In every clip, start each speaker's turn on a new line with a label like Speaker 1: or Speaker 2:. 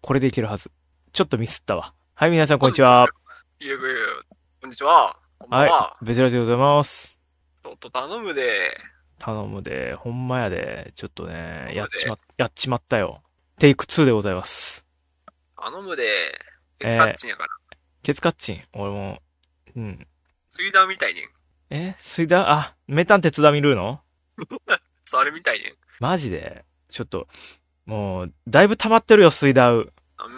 Speaker 1: これでいけるはず。ちょっとミスったわ。はい、皆さんこんにちは。
Speaker 2: いやいやいやこんにちは。こんばんは。
Speaker 1: はい、ベジラジでございます。
Speaker 2: ちょっと頼むで。
Speaker 1: 頼むで、ほんまやで、ちょっとね、や
Speaker 2: ほんまで
Speaker 1: っちまっ、やっちまったよ。テイク2でございます。
Speaker 2: 頼むで。
Speaker 1: えー
Speaker 2: ケツカッチンやから。
Speaker 1: ケツカッチン、俺も、うん。
Speaker 2: 水ダみたいねん。
Speaker 1: え、水田、あ、メタン鉄田見るの
Speaker 2: それみたいねん
Speaker 1: マジで、ちょっと、もう、だいぶ溜まってるよ、水田。
Speaker 2: あ。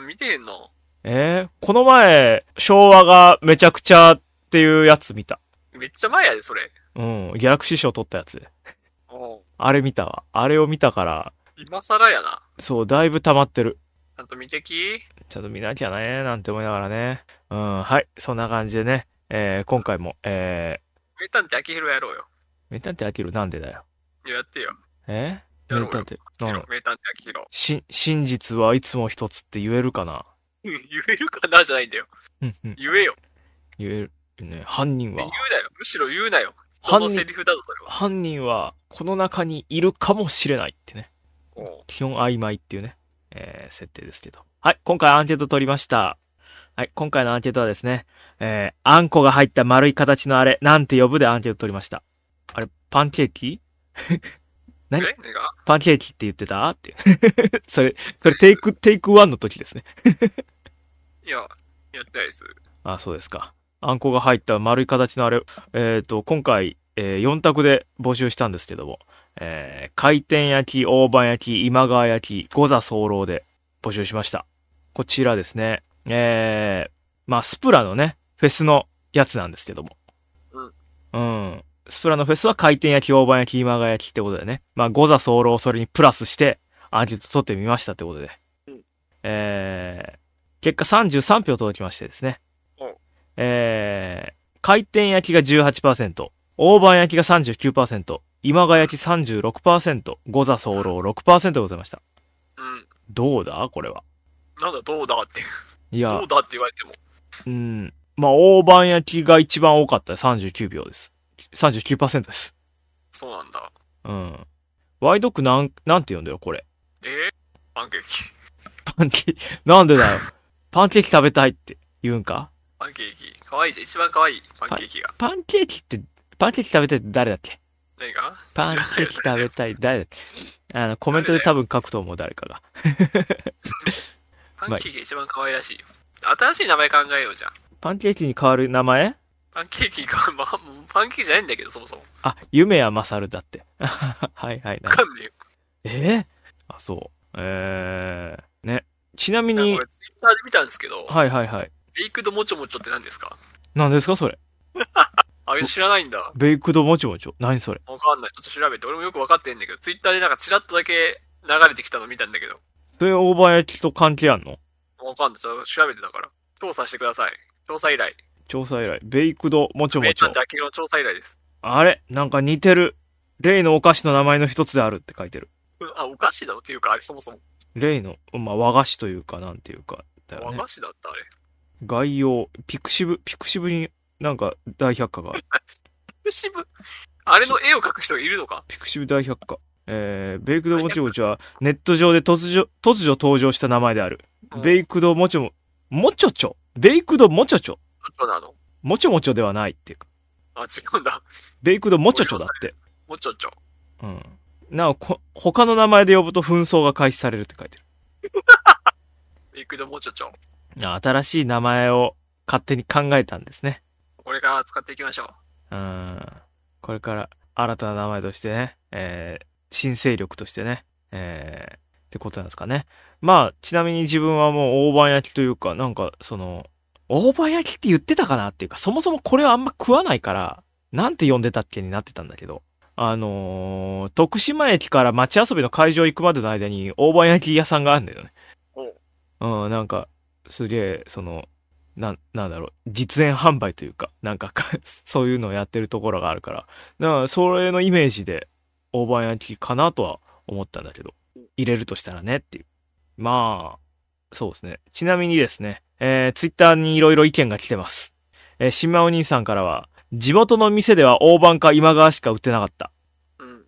Speaker 2: 見てへんの
Speaker 1: えーこの前、昭和がめちゃくちゃっていうやつ見た。
Speaker 2: めっちゃ前やで、それ。
Speaker 1: うん、ギャラクシー賞取ったやつ。
Speaker 2: おう
Speaker 1: あれ見たわ。あれを見たから、
Speaker 2: 今更やな。
Speaker 1: そう、だいぶ溜まってる。
Speaker 2: ちゃんと見てき
Speaker 1: ちゃんと見なきゃね、なんて思いながらね。うん、はい、そんな感じでね、えー今回も、え
Speaker 2: メタンって秋広やろうよ。
Speaker 1: ー、名探偵アキルなんでだよ。
Speaker 2: いややってよ。
Speaker 1: え
Speaker 2: やろう
Speaker 1: 名
Speaker 2: よ
Speaker 1: 探偵、なんだろう
Speaker 2: メタンって秋広。
Speaker 1: し、真実はいつも一つって言えるかな
Speaker 2: 言えるかなじゃないんだよ。
Speaker 1: うん、うん、
Speaker 2: 言えよ。
Speaker 1: 言える。ね、犯人
Speaker 2: 言う
Speaker 1: は、
Speaker 2: なよ。むしろ言うなよ。人
Speaker 1: 犯
Speaker 2: のセ
Speaker 1: 人、
Speaker 2: リフだぞ、それは。
Speaker 1: 犯人は、この中にいるかもしれないってね。
Speaker 2: おう
Speaker 1: 基本曖昧っていうね、えー設定ですけど。はい、今回アンケート取りました。はい、今回のアンケートはですね、えー、あんこが入った丸い形のあれ、なんて呼ぶでアンケート取りました。あれ、パンケーキ
Speaker 2: え
Speaker 1: 何
Speaker 2: 何が
Speaker 1: パンケーキって言ってたっていう。 それ、それテイク、テイク1の時ですね。
Speaker 2: いや、やってないです。
Speaker 1: あ、そうですか。あんこが入った丸い形のあれ、えっ、と、今回、え4択で募集したんですけども、えー回転焼き、大判焼き、今川焼き、五座候で募集しました。こちらですね、えーまあ、スプラのね、フェスのやつなんですけども。うん。スプラのフェスは回転焼き、大判焼き、今川焼きってことでね。まあ、五座候をそれにプラスして、アンケート取ってみましたってことで。
Speaker 2: うん
Speaker 1: えー結果33票届きましてですね。えー、回転焼きが18%、大判焼きが39%、今川焼き36%、五座候6%でございました。
Speaker 2: うん。
Speaker 1: どうだこれは。
Speaker 2: なんだ、どうだって。
Speaker 1: いや
Speaker 2: どう、だって言われても。
Speaker 1: うん。まあ、大判焼きが一番多かった39秒です。39%です。
Speaker 2: そうなんだ。
Speaker 1: うん。ワイドックなん、なんて言うんだよ、これ。
Speaker 2: えー、パンケーキ。
Speaker 1: パンケーキ、なんでだよ。パンケーキ食べたいって言うんか
Speaker 2: パンケーキ。可愛いじゃん。一番可愛いパンケーキが。
Speaker 1: パンケーキって、パンケーキ食べたいって誰だっけ
Speaker 2: 何が
Speaker 1: パンケーキ食べたい、誰だっけあの、コメントで多分書くと思う、誰かが。
Speaker 2: パンケーキが一番可愛らしいよ。新しい名前考えようじゃん。
Speaker 1: パンケーキに変わる名前
Speaker 2: パンケーキが、 まあ、もうパンケーキじゃないんだけど、そもそも。
Speaker 1: あ、夢やまさるだって。 はいはい
Speaker 2: わ
Speaker 1: な。
Speaker 2: かんねえよ。
Speaker 1: えーあ、そう。えー、ね。ちなみ
Speaker 2: なん
Speaker 1: に
Speaker 2: かこ、れツイッターで見たんですけど、
Speaker 1: はいはいはい。
Speaker 2: ベイクドもちょもちょって何ですか
Speaker 1: 何ですかそれ。
Speaker 2: あれ知らないんだ。
Speaker 1: ベイクドもちもちょ。何それ。
Speaker 2: わかんない。ちょっと調べて。俺もよくわかってんだけど、ツイッターでなんかチラッとだけ流れてきたの見たんだけど。
Speaker 1: それ、大判焼きと関係あんの
Speaker 2: わかんない。ちょっと調べてたから。調査してください。調査依頼。
Speaker 1: 調査依頼。ベイクドもち
Speaker 2: 名
Speaker 1: もちょ
Speaker 2: 探偵。秋の調査依頼です。
Speaker 1: あれなんか似てる。例のお菓子の名前の一つであるって書いてる。
Speaker 2: うんあ、お菓子だっていうか、あれそもそも。
Speaker 1: 例の、まあ、和菓子というか、なんていうか、だよ
Speaker 2: 和
Speaker 1: ね。
Speaker 2: 菓子だった、あれ。
Speaker 1: 概要、ピクシブ、ピクシブになんか大百科がある
Speaker 2: 渋々あれの絵を描く人がいるのか
Speaker 1: ピクシブ大百科。えー、ベイクドもちもちは、ネット上で突如、突如登場した名 前である。ベ
Speaker 2: イ
Speaker 1: イクドもちも、もちょちょ。ベイクドもちょちょ。
Speaker 2: クドなの
Speaker 1: もちょもちょではないっていうか。
Speaker 2: あ、違うんだ。
Speaker 1: ベイクドもちょちょだって。
Speaker 2: もうちょちょ。
Speaker 1: うん。なお、こ、他の名前で呼ぶと紛争が開始されるって書いて
Speaker 2: ベイクドもうちょちょ。
Speaker 1: る。あ新しい名前を勝手に考えたんですね。
Speaker 2: これから使っていきましょう。
Speaker 1: うん。これから新たな名前としてね、えー、新勢力としてね、えー、ってことなんですかね。まあ、ちなみに自分はもう大判焼きというか、なんか、その、大判焼きって言ってたかなっていうか、そもそもこれはあんま食わないから、なんて呼んでたっけになってたんだけど、あのー、徳島駅から街遊びの会場行くまでの間に大判焼き屋さんがあるんだよね。うん、なんか、すげえ、その、なん、なんだろう、実演販売というか、なんか か、そういうのをやってるところがあるから、だから、それのイメージで、大判焼きかなとは思ったんだけど、入れるとしたらねっていう。まあ、そうですね。ちなみにですね、えー、ツイッターにいろいろ意見が来てます。えー、新馬お兄さんからは、地元の店では大判か今川しか売ってなかった。
Speaker 2: うん。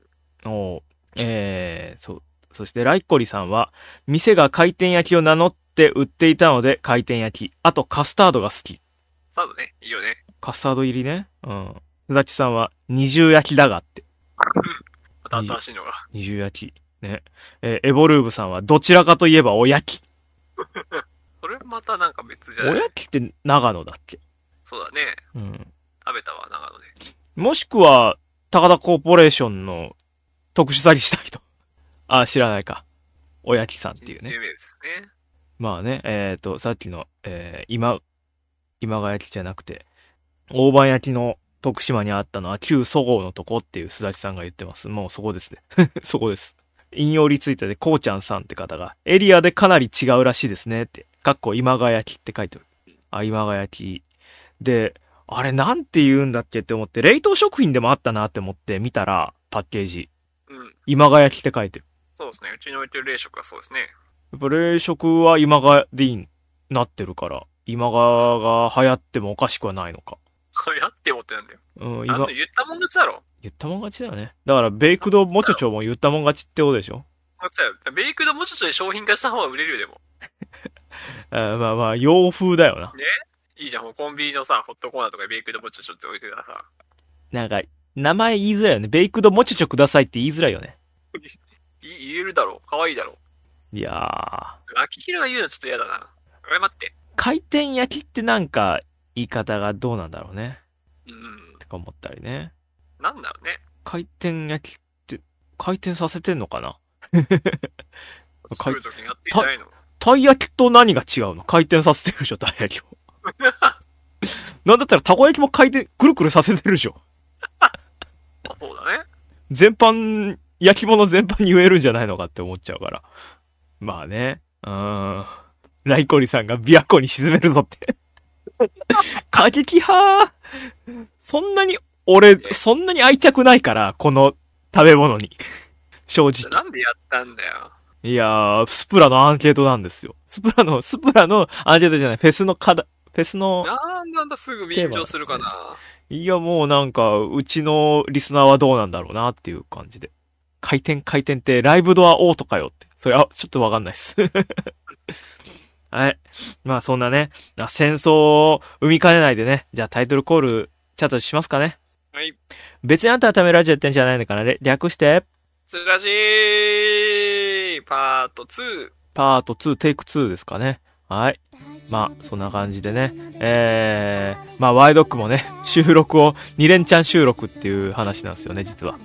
Speaker 1: おーえー、そう。そして、ライッコリさんは、店が回転焼きを名乗って、して売っていたので回転焼き。あとカスタードが好き。
Speaker 2: サードね、いいよね。
Speaker 1: カスタード入りね。うん。すだちさんは二重焼きだがって。
Speaker 2: また新しいのが。
Speaker 1: 二重焼き。ね。えーエボルーブさんはどちらかといえばおやき。
Speaker 2: それまたなんか別じゃ
Speaker 1: お
Speaker 2: ない
Speaker 1: やきって長野だっけ
Speaker 2: そうだね。
Speaker 1: うん。
Speaker 2: 食べたわ、長野で。
Speaker 1: もしくは、高田コーポレーションの特殊詐欺した人。あ、知らないか。おやきさんっていうね。
Speaker 2: 有名ですね。
Speaker 1: まあね、えっ、と、さっきの、えー今、今川焼きじゃなくて、大判焼きの徳島にあったのは旧祖号のとこっていうすだちさんが言ってます。もうそこですね。 そこです。引用リツイートでこうちゃんさんって方が、エリアでかなり違うらしいですねって、かっこ今川焼きって書いてある。あ、今川焼き。で、あれなんて言うんだっけって思って、冷凍食品でもあったなって思って見たら、パッケージ、
Speaker 2: うん。
Speaker 1: 今川焼きって書いてる。
Speaker 2: そうですね。うちに置いてる冷食はそうですね。
Speaker 1: やっぱ冷食は今がでいいなってるから、今川が流行ってもおかしくはないのか。
Speaker 2: 流行ってもってなんだよ。
Speaker 1: うん、
Speaker 2: あの
Speaker 1: 今、
Speaker 2: 言ったもん勝ちだろ。
Speaker 1: 言ったもん勝ちだよね。だから、ベイクドもちょちょも言ったもん勝ちってことでしょ
Speaker 2: 勝ちだよ。ベイクドもうちょっとで商品化した方が売れるよ、でも。
Speaker 1: えーまあまあ、洋風だよな。
Speaker 2: いいじゃん、もうコンビニのさ、ホットコーナーとかにベイクドもうちょっとちょっと置いてたらさ。
Speaker 1: なんか、名前言いづらいよね。ベイクドもちょちょくださいって言いづらいよね。
Speaker 2: い言えるだろ。可愛いだろ。
Speaker 1: いやー。
Speaker 2: 秋広が言うのちょっと嫌だな。あれ待って。
Speaker 1: 回転焼きってなんか、言い方がどうなんだろうね。
Speaker 2: うん。
Speaker 1: とか思ったりね。
Speaker 2: なんだろうね。
Speaker 1: 回転焼きって、回転させてんのかな
Speaker 2: 作るときにやっていたいの。
Speaker 1: たい焼きと何が違うの回転させてるでしょ、たい焼きを。なんだったらたこ焼きも回転、くるくるさせてるでしょ。
Speaker 2: そうだね。
Speaker 1: 全般、焼き物全般に言えるんじゃないのかって思っちゃうから。まあね。うーん。ライコリさんが琵琶湖に沈めるぞって。過激派そんなに、俺、そんなに愛着ないから、この食べ物に。正直。
Speaker 2: なんでやったんだよ。
Speaker 1: いやー、スプラのアンケートなんですよ。スプラの、スプラのアンケートじゃない、フェスの課題、フェスの、
Speaker 2: なんなんだすぐ便乗するかな。
Speaker 1: いやもうなんか、うちのリスナーはどうなんだろうなっていう感じで。回転回転ってライブドアオートかよって。それ、あ、ちょっとわかんないっす。 はい。まあそんなね、あ戦争を生みかねないでね、じゃあタイトルコール、チャットしますかね。
Speaker 2: はい。
Speaker 1: 別にあんたのためラジオやってんじゃないのかなれ略して、
Speaker 2: つらしいパート2。
Speaker 1: パート2、テイク2ですかね。はい。まあ、そんな感じでね。えー、まあ、ワイドックもね、収録を、2連チャン収録っていう話なんですよね、実は。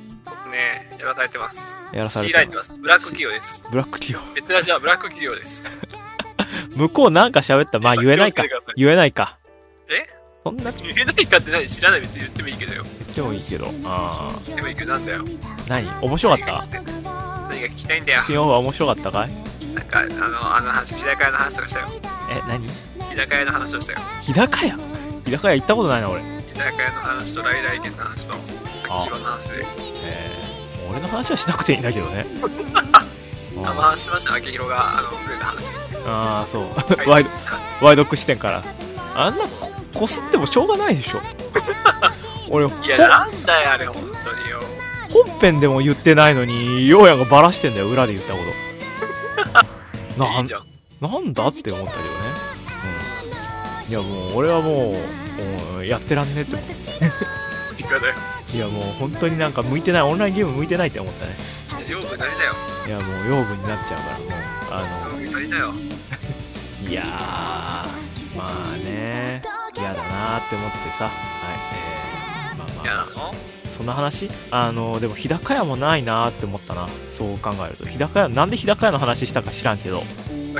Speaker 2: ねやらされてます。
Speaker 1: やらされ
Speaker 2: C
Speaker 1: て
Speaker 2: ラインで。
Speaker 1: ます
Speaker 2: ブラック企業です。
Speaker 1: す。ブラック企業。
Speaker 2: 別ラジはブラック企業です。
Speaker 1: 向こうなんか喋った、まあ言えないか
Speaker 2: 気をつ。けてください
Speaker 1: 言えないか。
Speaker 2: え
Speaker 1: そんな
Speaker 2: 言えないかって何知らない別に言ってもいいけどよ。
Speaker 1: 言ってもいいけど。あ
Speaker 2: でもいいけどなんだよ。
Speaker 1: あ。何面白かった
Speaker 2: 何が聞きたいんだよ。
Speaker 1: 昨日は面白かったかい
Speaker 2: なんか、あの、あの話、日高屋の話とかしたよ。
Speaker 1: え、何
Speaker 2: 日高屋の話をしたよ。
Speaker 1: 日高屋日高屋行ったことないな、俺。
Speaker 2: 日高屋の話と来来店の話と、秋葉の話で。
Speaker 1: えー、俺の話はしなくていいんだけどね。
Speaker 2: あ、まあ、しました、秋広が、あの、増えた話。
Speaker 1: ああ、そう。 ワイド、ワイドック視点から。あんな、ここすってもしょうがないでしょ。 俺、ほ
Speaker 2: いや、なんだよ、あれ、本当によ。。
Speaker 1: 本編でも言ってないのに、ようやがバラしてんだよ、裏で言ったこと ない
Speaker 2: い
Speaker 1: ん
Speaker 2: じゃん。
Speaker 1: なんだって思ったけどね、うん、いやもう俺はもうもうやってらんねえって思っ
Speaker 2: 実家だよ。
Speaker 1: ていやもう本当になんか向いてないオンラインゲーム向いてないって思ったね
Speaker 2: よくなりだよ。
Speaker 1: いやもう養分になっちゃうからもうあ
Speaker 2: よくなりだよ。
Speaker 1: のいやーまあね嫌だ なーって思ってさはい、えー、まあ
Speaker 2: いや
Speaker 1: まあ
Speaker 2: なの
Speaker 1: そんな話あのでも日高屋もないなーって思ったなそう考えると日高屋なんで日高屋の話したか知らんけど
Speaker 2: ま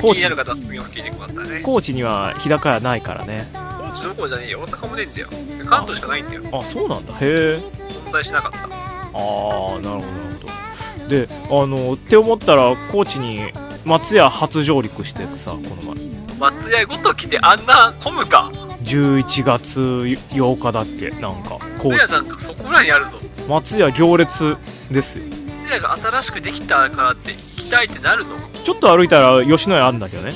Speaker 2: あ気
Speaker 1: 高知
Speaker 2: になる方は次も聞いてくださいね。
Speaker 1: 高知には日高屋ないからね
Speaker 2: 高知どころじゃねえよ。大阪もねえんだよ。関東しかないんだよ。
Speaker 1: あそうなんだへえ
Speaker 2: 存在しなかった。
Speaker 1: ああなるほどなるほどであのって思ったら高知に松屋初上陸してさこの前
Speaker 2: 松屋ごときであんな混むか
Speaker 1: 11月8日だっけなんか高
Speaker 2: 松
Speaker 1: 知
Speaker 2: 屋なんかそこらにあるぞ
Speaker 1: 松屋行列ですよ
Speaker 2: 松屋が新しくできたからって行きたいってなるの
Speaker 1: ちょっと歩いたら吉野家あるんだ けどね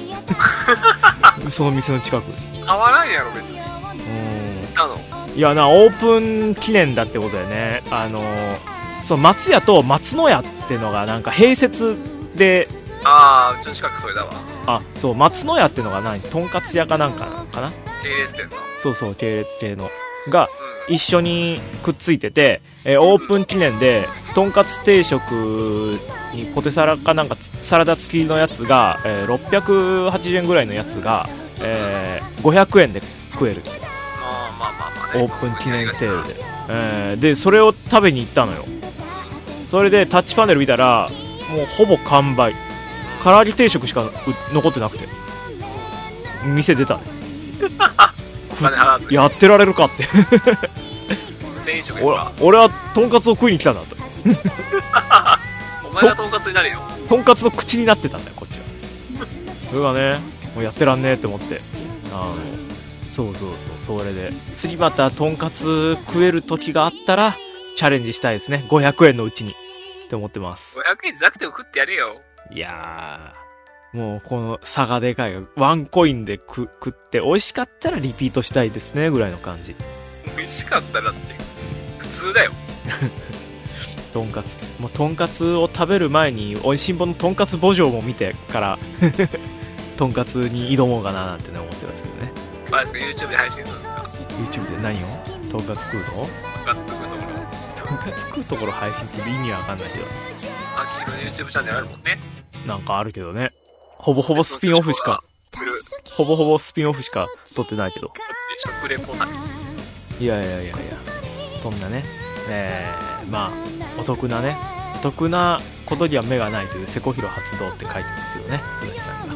Speaker 1: その店の近くう
Speaker 2: 変わらんやろ別に行っ
Speaker 1: ー
Speaker 2: たの
Speaker 1: んいやなオープン記念だってことだよねあのそう松屋と松野屋ってのがなんか併設で
Speaker 2: ああうちの近くそれだわ
Speaker 1: あそう松野屋ってのが何とんかつ屋かなんかなのかな
Speaker 2: 系列店の。うん。
Speaker 1: そうそう系列系のが一緒にくっついてて、えーオープン記念でとんかつ定食にポテサラかなんかつサラダ付きのやつが、えー680円ぐらいのやつが、えー500円で食える
Speaker 2: まあまあまあまあね。
Speaker 1: オープン記念セールで、えーでそれを食べに行ったのよそれでタッチパネル見たらもうほぼ完売唐揚げ定食しかう残ってなくて店出たね
Speaker 2: お金払わずに
Speaker 1: やってられるかって
Speaker 2: 店員職です
Speaker 1: 俺
Speaker 2: か
Speaker 1: 俺はとんかつを食いに来たんだと
Speaker 2: お前がとんかつになるよ。
Speaker 1: とんかつの口になってたんだよこっちはそれがねもうやってらんねえって思ってあのそうそうそうそれで次またとんかつ食える時があったらチャレンジしたいですね500円のうちにって思ってます
Speaker 2: 500円じゃなくても食ってやれよ。
Speaker 1: いやー、もうこの差がでかいよ。ワンコインで食食って、美味しかったらリピートしたいですね、ぐらいの感じ。
Speaker 2: 美味しかったらって。普通だよ。
Speaker 1: とんかつ。もうとんかつを食べる前に、美味しんぼのとんかつ墓場も見てから、 とんかつに挑もうかななんてね、思ってますけどね。
Speaker 2: まあ、YouTube で配信するんですか
Speaker 1: YouTube で何をとんかつ食うの
Speaker 2: とんかつ作るところ。
Speaker 1: とんかつ食うところ配信って意味わかんないけど、
Speaker 2: 秋広の YouTube チャンネルあるもんね。
Speaker 1: なんかあるけどね。ほぼほぼスピンオフしか、
Speaker 2: 来る。
Speaker 1: ほぼほぼスピンオフしか撮ってないけど。
Speaker 2: 食レポな。
Speaker 1: いやいやいやいやそんなねえー、まあお得なねお得なことには目がないというセコヒロ発動って書いてますけどね鈴木さんが、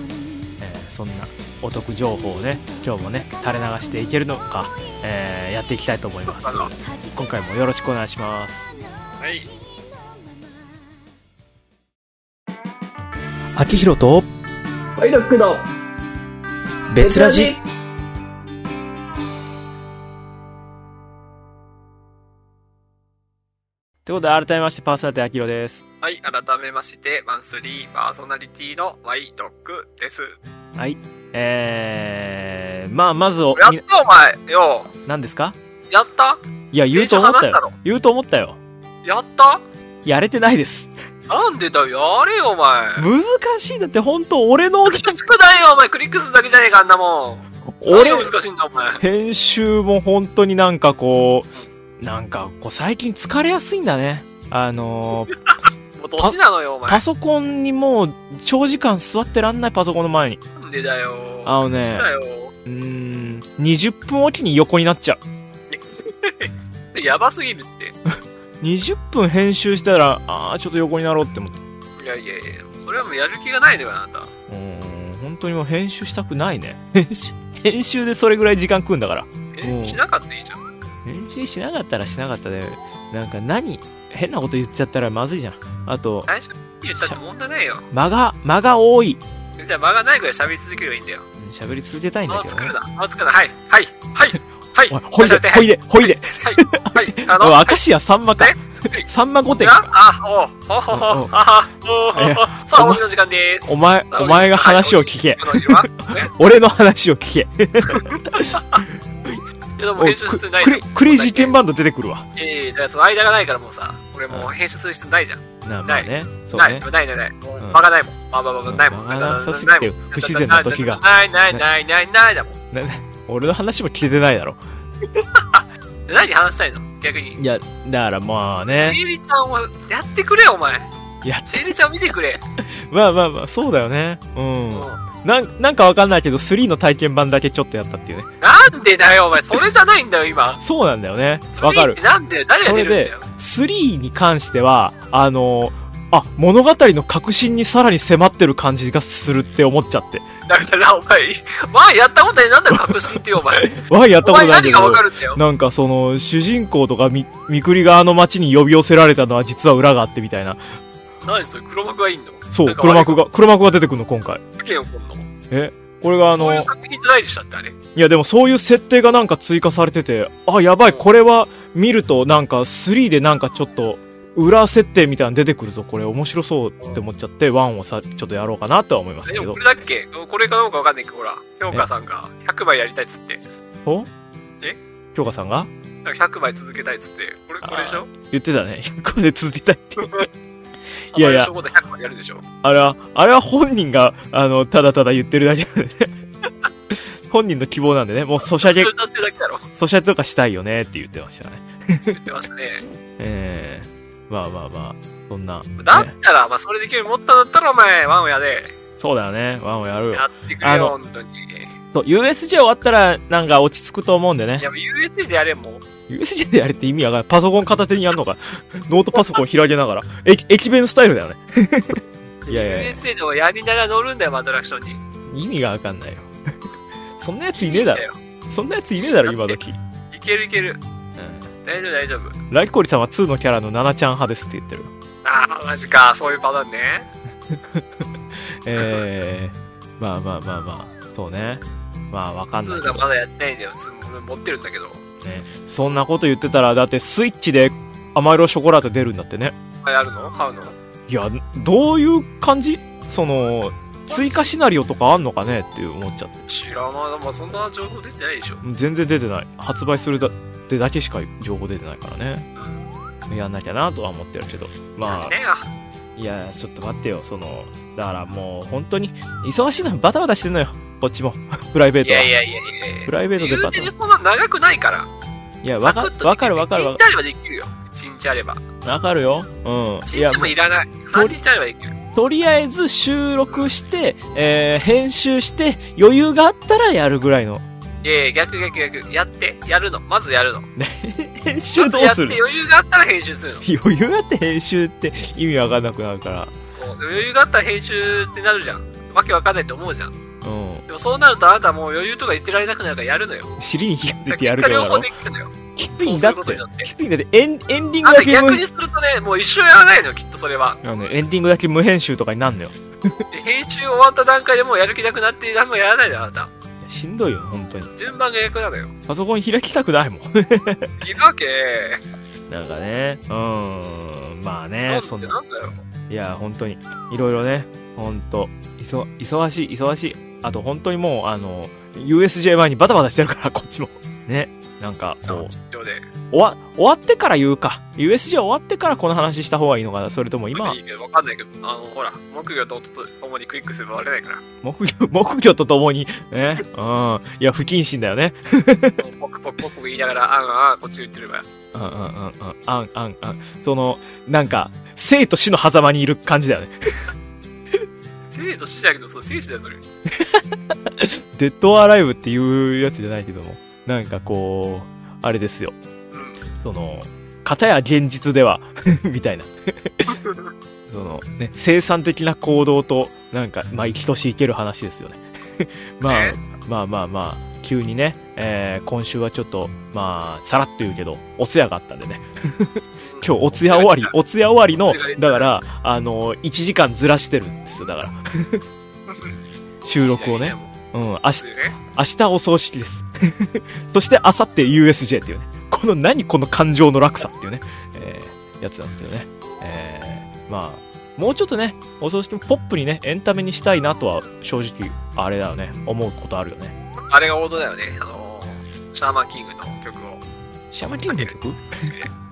Speaker 1: えーそんなお得情報をね今日もね垂れ流していけるのか、えーやっていきたいと思います今回もよろしくお願いします
Speaker 2: はい。
Speaker 3: 秋広と
Speaker 4: はい、ロックの
Speaker 3: 別ラジ
Speaker 1: ということで改めましてパーソナリティあきろです
Speaker 2: はい、改めまして、マンスリーパーソナリティのワイドックです。
Speaker 1: はいえー、まあまずお
Speaker 2: や
Speaker 1: み
Speaker 2: ったお前よ
Speaker 1: 何ですか
Speaker 2: やった
Speaker 1: いや言うと思った
Speaker 2: 先週話した
Speaker 1: よ
Speaker 2: ろ
Speaker 1: 言うと思ったよ
Speaker 2: やった
Speaker 1: やれてないです
Speaker 2: なんでだよやれよお前
Speaker 1: 難しいだって本当俺の
Speaker 2: クリックだよお前クリックするだけじゃねえかあんなもん
Speaker 1: 俺
Speaker 2: 何が難しいんだお前
Speaker 1: 編集も本当になんかこう、なんかこう最近疲れやすいんだね。あのー
Speaker 2: もう年なのよお前
Speaker 1: パソコンにもう長時間座ってらんないパソコンの前に。
Speaker 2: なんでだよ
Speaker 1: あのね
Speaker 2: 年だよ
Speaker 1: うーん、20分おきに横になっちゃう。
Speaker 2: やばすぎるっ
Speaker 1: 20分編集したら、あーちょっと横になろうって思って。
Speaker 2: ていやいやいやそれはもうやる気がないのよあなた
Speaker 1: うーん、本当にもう編集したくないね。編集、編集でそれぐらい時間食うんだから。
Speaker 2: えしなかったらいいじゃん
Speaker 1: 編集しなかったらしなかったで、なんか何、変なこと言っちゃったらまずいじゃん。あと、
Speaker 2: 最初に言ったって問題ないよ
Speaker 1: 間が、間が多い。
Speaker 2: じゃあ間がないぐらい喋り続ければいいんだよ
Speaker 1: 喋り続けたいん
Speaker 2: 間
Speaker 1: だ
Speaker 2: を
Speaker 1: けど、ね。
Speaker 2: 作るな間を作るなはいはいはいはい
Speaker 1: おいほいで、ほいで、ほいで。
Speaker 2: はいはいあ
Speaker 1: お
Speaker 2: の
Speaker 1: い明石家さんまか
Speaker 2: はい。
Speaker 1: さんま御殿か。
Speaker 2: あ、あ、おう、おほほ、あは、
Speaker 1: いや
Speaker 2: おほさあ、
Speaker 1: お前
Speaker 2: おの時間です。
Speaker 1: お前、お前が話を聞け。
Speaker 2: あの今ね
Speaker 1: 俺の話を聞け。
Speaker 2: いやでも
Speaker 1: おい
Speaker 2: 編集
Speaker 1: ク
Speaker 2: する必要ない
Speaker 1: クレクレイジーケンバンド出てくるわ。
Speaker 2: いやいやだからその間がないからもうさ、俺もう編集する必要ないじゃん。
Speaker 1: なあまあね。そう
Speaker 2: ない、
Speaker 1: ね。
Speaker 2: ないないない。もう
Speaker 1: うん
Speaker 2: 間がないもん。まあまあまあ、ないもん。
Speaker 1: 間がなさすぎ
Speaker 2: ない
Speaker 1: て
Speaker 2: もん
Speaker 1: 不自然な時が。
Speaker 2: ないないないない ないだもん。
Speaker 1: なな俺の話も聞いてないだろ。
Speaker 2: で何話したいの逆に。
Speaker 1: いや、だからまあ
Speaker 2: ち
Speaker 1: ね。
Speaker 2: えりちゃんをやってくれよ、お前。
Speaker 1: や
Speaker 2: ちえりちゃん見てくれ。
Speaker 1: まあまあまあ、そうだよね。うん
Speaker 2: もう。
Speaker 1: なんなんかわかんないけど、3の体験版だけちょっとやったっていうね。
Speaker 2: なんでだよ、お前。それじゃないんだよ、今。
Speaker 1: そうなんだよね。
Speaker 2: そ れ
Speaker 1: わかる。
Speaker 2: なんで誰が出るんだよ。
Speaker 1: 3に関しては、あのあ、物語の核心にさらに迫ってる感じがするって思っちゃって。
Speaker 2: だから、お前、前やったことになんだよ、確信ってよ、お前。
Speaker 1: わい やった
Speaker 2: お
Speaker 1: こと
Speaker 2: 前
Speaker 1: ないんだけ
Speaker 2: 何がわ
Speaker 1: ど
Speaker 2: か、るんだよ。
Speaker 1: なんかその、主人公とかみ、みくりがあの街に呼び寄せられたのは実は裏があってみたいな。
Speaker 2: 何それ、黒幕がいいんの
Speaker 1: そ
Speaker 2: な
Speaker 1: う、
Speaker 2: んか
Speaker 1: 黒幕が、黒幕が出てくるの今回。
Speaker 2: 悪事件起こんの
Speaker 1: これがあの、
Speaker 2: そういう
Speaker 1: い
Speaker 2: 作品じゃないでしたって、あれ。
Speaker 1: やでもそういう設定がなんか追加されてて、あ、やばい、これは見るとなんか3でなんかちょっと、裏設定みたいなの出てくるぞ、これ面白そうって思っちゃって、1をさ、ちょっとやろうかなとは思いました
Speaker 2: で
Speaker 1: けど
Speaker 2: もこ。れだっけこれかどうかわかんないけど、ほら、評価さんが100枚やりたいっつって、
Speaker 1: お
Speaker 2: え
Speaker 1: 京香さんが
Speaker 2: なんか100枚続けたいっつって、これ、これでしょ
Speaker 1: 言ってたね。これで続けたいって。いやいや
Speaker 2: あのあれ100までやるでしょ。
Speaker 1: あれは、あれは本人が、あの、ただただ言ってるだけなんでね。 本人の希望なんでね、もう、ソシャゲ、
Speaker 2: 歌ってるだけだろ。
Speaker 1: ソシャゲとかしたいよねって言ってましたね。
Speaker 2: 言ってましたね。
Speaker 1: ええまあまあまあ、そんな、
Speaker 2: だ
Speaker 1: ね。
Speaker 2: ったら、まあ、それで興味持ったんだったら、お前、ワンをやで、
Speaker 1: そうだよね、ワンをやるよ。
Speaker 2: やってく
Speaker 1: あ
Speaker 2: れ
Speaker 1: の
Speaker 2: よ、本当に。い
Speaker 1: そう、USJ 終わったら、なんか落ち着くと思うんでね。
Speaker 2: や、USJ でやれ、もう。
Speaker 1: USJ でやれって意味わかんない。パソコン片手にやるのか。 ノートパソコン開きながら。駅、駅弁スタイルだよね。いやいやいや
Speaker 2: USJ でもやりながら乗るんだよ、アトラクションに。
Speaker 1: 意味がわかんないよ。そんなやついねえだ
Speaker 2: いいん
Speaker 1: ろ。
Speaker 2: よ。
Speaker 1: そんなやついねえだろ、今時。
Speaker 2: いけるいける。大丈夫、大丈夫。
Speaker 1: ライコリさんは2のキャラのナナちゃん派ですって言ってる。
Speaker 2: ああ、マジか、そういうパターンね。
Speaker 1: えー、 まあまあまあまあ、そうね。まあわかんない
Speaker 2: 2
Speaker 1: けど
Speaker 2: がまだやってないんだよ、2持ってるんだけど。
Speaker 1: ね。そんなこと言ってたら、だってスイッチで甘色ショコラテ出るんだってね。
Speaker 2: あ、やるの買うの
Speaker 1: いや、どういう感じその、追加シナリオとかあんのかねって思っちゃって。
Speaker 2: 知らない。まあ、そんな情報出てないでしょ。
Speaker 1: 全然出てない。発売するだってだけしか情報出てないからね。やんなきゃなとは思ってるけど。まあ、
Speaker 2: ね
Speaker 1: いや、ちょっと待ってよ。その、だからもう本当に、忙しいのよ。バタバタしてんのよ。こっちも。 プライベー
Speaker 2: い
Speaker 1: トは。
Speaker 2: やいやいやいやいや
Speaker 1: プ。ライベートで
Speaker 2: 言
Speaker 1: バタ
Speaker 2: うて
Speaker 1: バ
Speaker 2: ね
Speaker 1: タ。
Speaker 2: そんな長くないから。
Speaker 1: いや、わか
Speaker 2: サクッと
Speaker 1: わかるわかるわ
Speaker 2: 一日あればできるよ。一日あれば。
Speaker 1: わかるよ。うん。
Speaker 2: 一
Speaker 1: いや
Speaker 2: 日、もいらない。半日あればできる。
Speaker 1: とりあえず収録して、えー編集して、余裕があったらやるぐらいの。
Speaker 2: いやいや、逆逆逆。やって。やるの。まずやるの。
Speaker 1: 編集どう
Speaker 2: やって
Speaker 1: する
Speaker 2: 余裕があったら編集するの。
Speaker 1: 余裕あって編集って意味わかんなくなるから。
Speaker 2: こう余裕があったら編集ってなるじゃん。わけわかんないと思うじゃん。
Speaker 1: う
Speaker 2: でもそうなるとあなたもう余裕とか言ってられなくなるからやるのよ。
Speaker 1: ん。尻に火が出
Speaker 2: 結
Speaker 1: てやる
Speaker 2: 果
Speaker 1: けど
Speaker 2: 両
Speaker 1: だ
Speaker 2: 方
Speaker 1: ろ
Speaker 2: で。きるのよ。
Speaker 1: きつい
Speaker 2: そ
Speaker 1: ん
Speaker 2: うす
Speaker 1: だっ
Speaker 2: ること
Speaker 1: て
Speaker 2: によ。って。
Speaker 1: きついんだって、エンエンディング
Speaker 2: あ
Speaker 1: だ
Speaker 2: と
Speaker 1: け
Speaker 2: 逆
Speaker 1: 無
Speaker 2: にするとね、もう一生やらないのよ、きっとそれは。
Speaker 1: あのねエンディングだけ無編集とかになんのよ。
Speaker 2: で編集終わった段階でもうやる気なくなって何もやらないのよ、あなた。
Speaker 1: しんどいよ、本当に。
Speaker 2: 順番が逆なのよ。
Speaker 1: パソコン開きたくないもん。
Speaker 2: いるわけ。
Speaker 1: なんかね、うーん、まあ
Speaker 2: な
Speaker 1: ね
Speaker 2: ん、て
Speaker 1: そんな。
Speaker 2: なんだよ。
Speaker 1: いや、本当に。いろいろね、本当いそ、忙しい、忙しい。あと、本当にもう、あの、USJ 前にバタバタしてるから、こっちも。ね。なんか、こう、
Speaker 2: 出張で。
Speaker 1: 終わ、終わってから言うか。USJ 終わってからこの話した方がいいのかな。それとも今
Speaker 2: い、いけど、わかんないけど、あの、ほら、木魚と音と共にクリックすれば割れないから。
Speaker 1: 木魚、 木魚と共に、ね。うん。いや、不謹慎だよね。
Speaker 2: ポクポクポクポク言いながら、あんあん、こっち言ってれば。
Speaker 1: うんうんうんうん。あんあんあん。その、なんか、生と死の狭間にいる感じだよね。
Speaker 2: 生と死じゃなくて、そう、生死だよ、それ。
Speaker 1: デッドアライブっていうやつじゃないけども。なんかこう、あれですよ。
Speaker 2: うん。
Speaker 1: その、片や現実では、 みたいな。そのね、生産的な行動と、なんか、まあ、生きとし生ける話ですよね。 まあ
Speaker 2: ね、
Speaker 1: まあまあまあ、急にね、えー今週はちょっと、まあ、さらっと言うけど、お通夜があったんでね。今日、お通夜終わり、 お通夜終わりの
Speaker 2: お通夜、
Speaker 1: だから、あのー、1時間ずらしてるんですよ、だから。収録を
Speaker 2: い
Speaker 1: ね
Speaker 2: やいや。いや。も
Speaker 1: うん、明
Speaker 2: う
Speaker 1: 日
Speaker 2: そう、いうね
Speaker 1: 明日お葬式です。 そして明後日 USJ っていうね。この何この感情の落差っていうね、えーやつなんですけどね。えーまあ、もうちょっとね、お葬式もポップにね、エンタメにしたいなとは正直、あれだよね、思うことあるよね。
Speaker 2: あれが王道だよね。あのー、シャーマンキングの曲 を。
Speaker 1: シャーマンキングの曲どう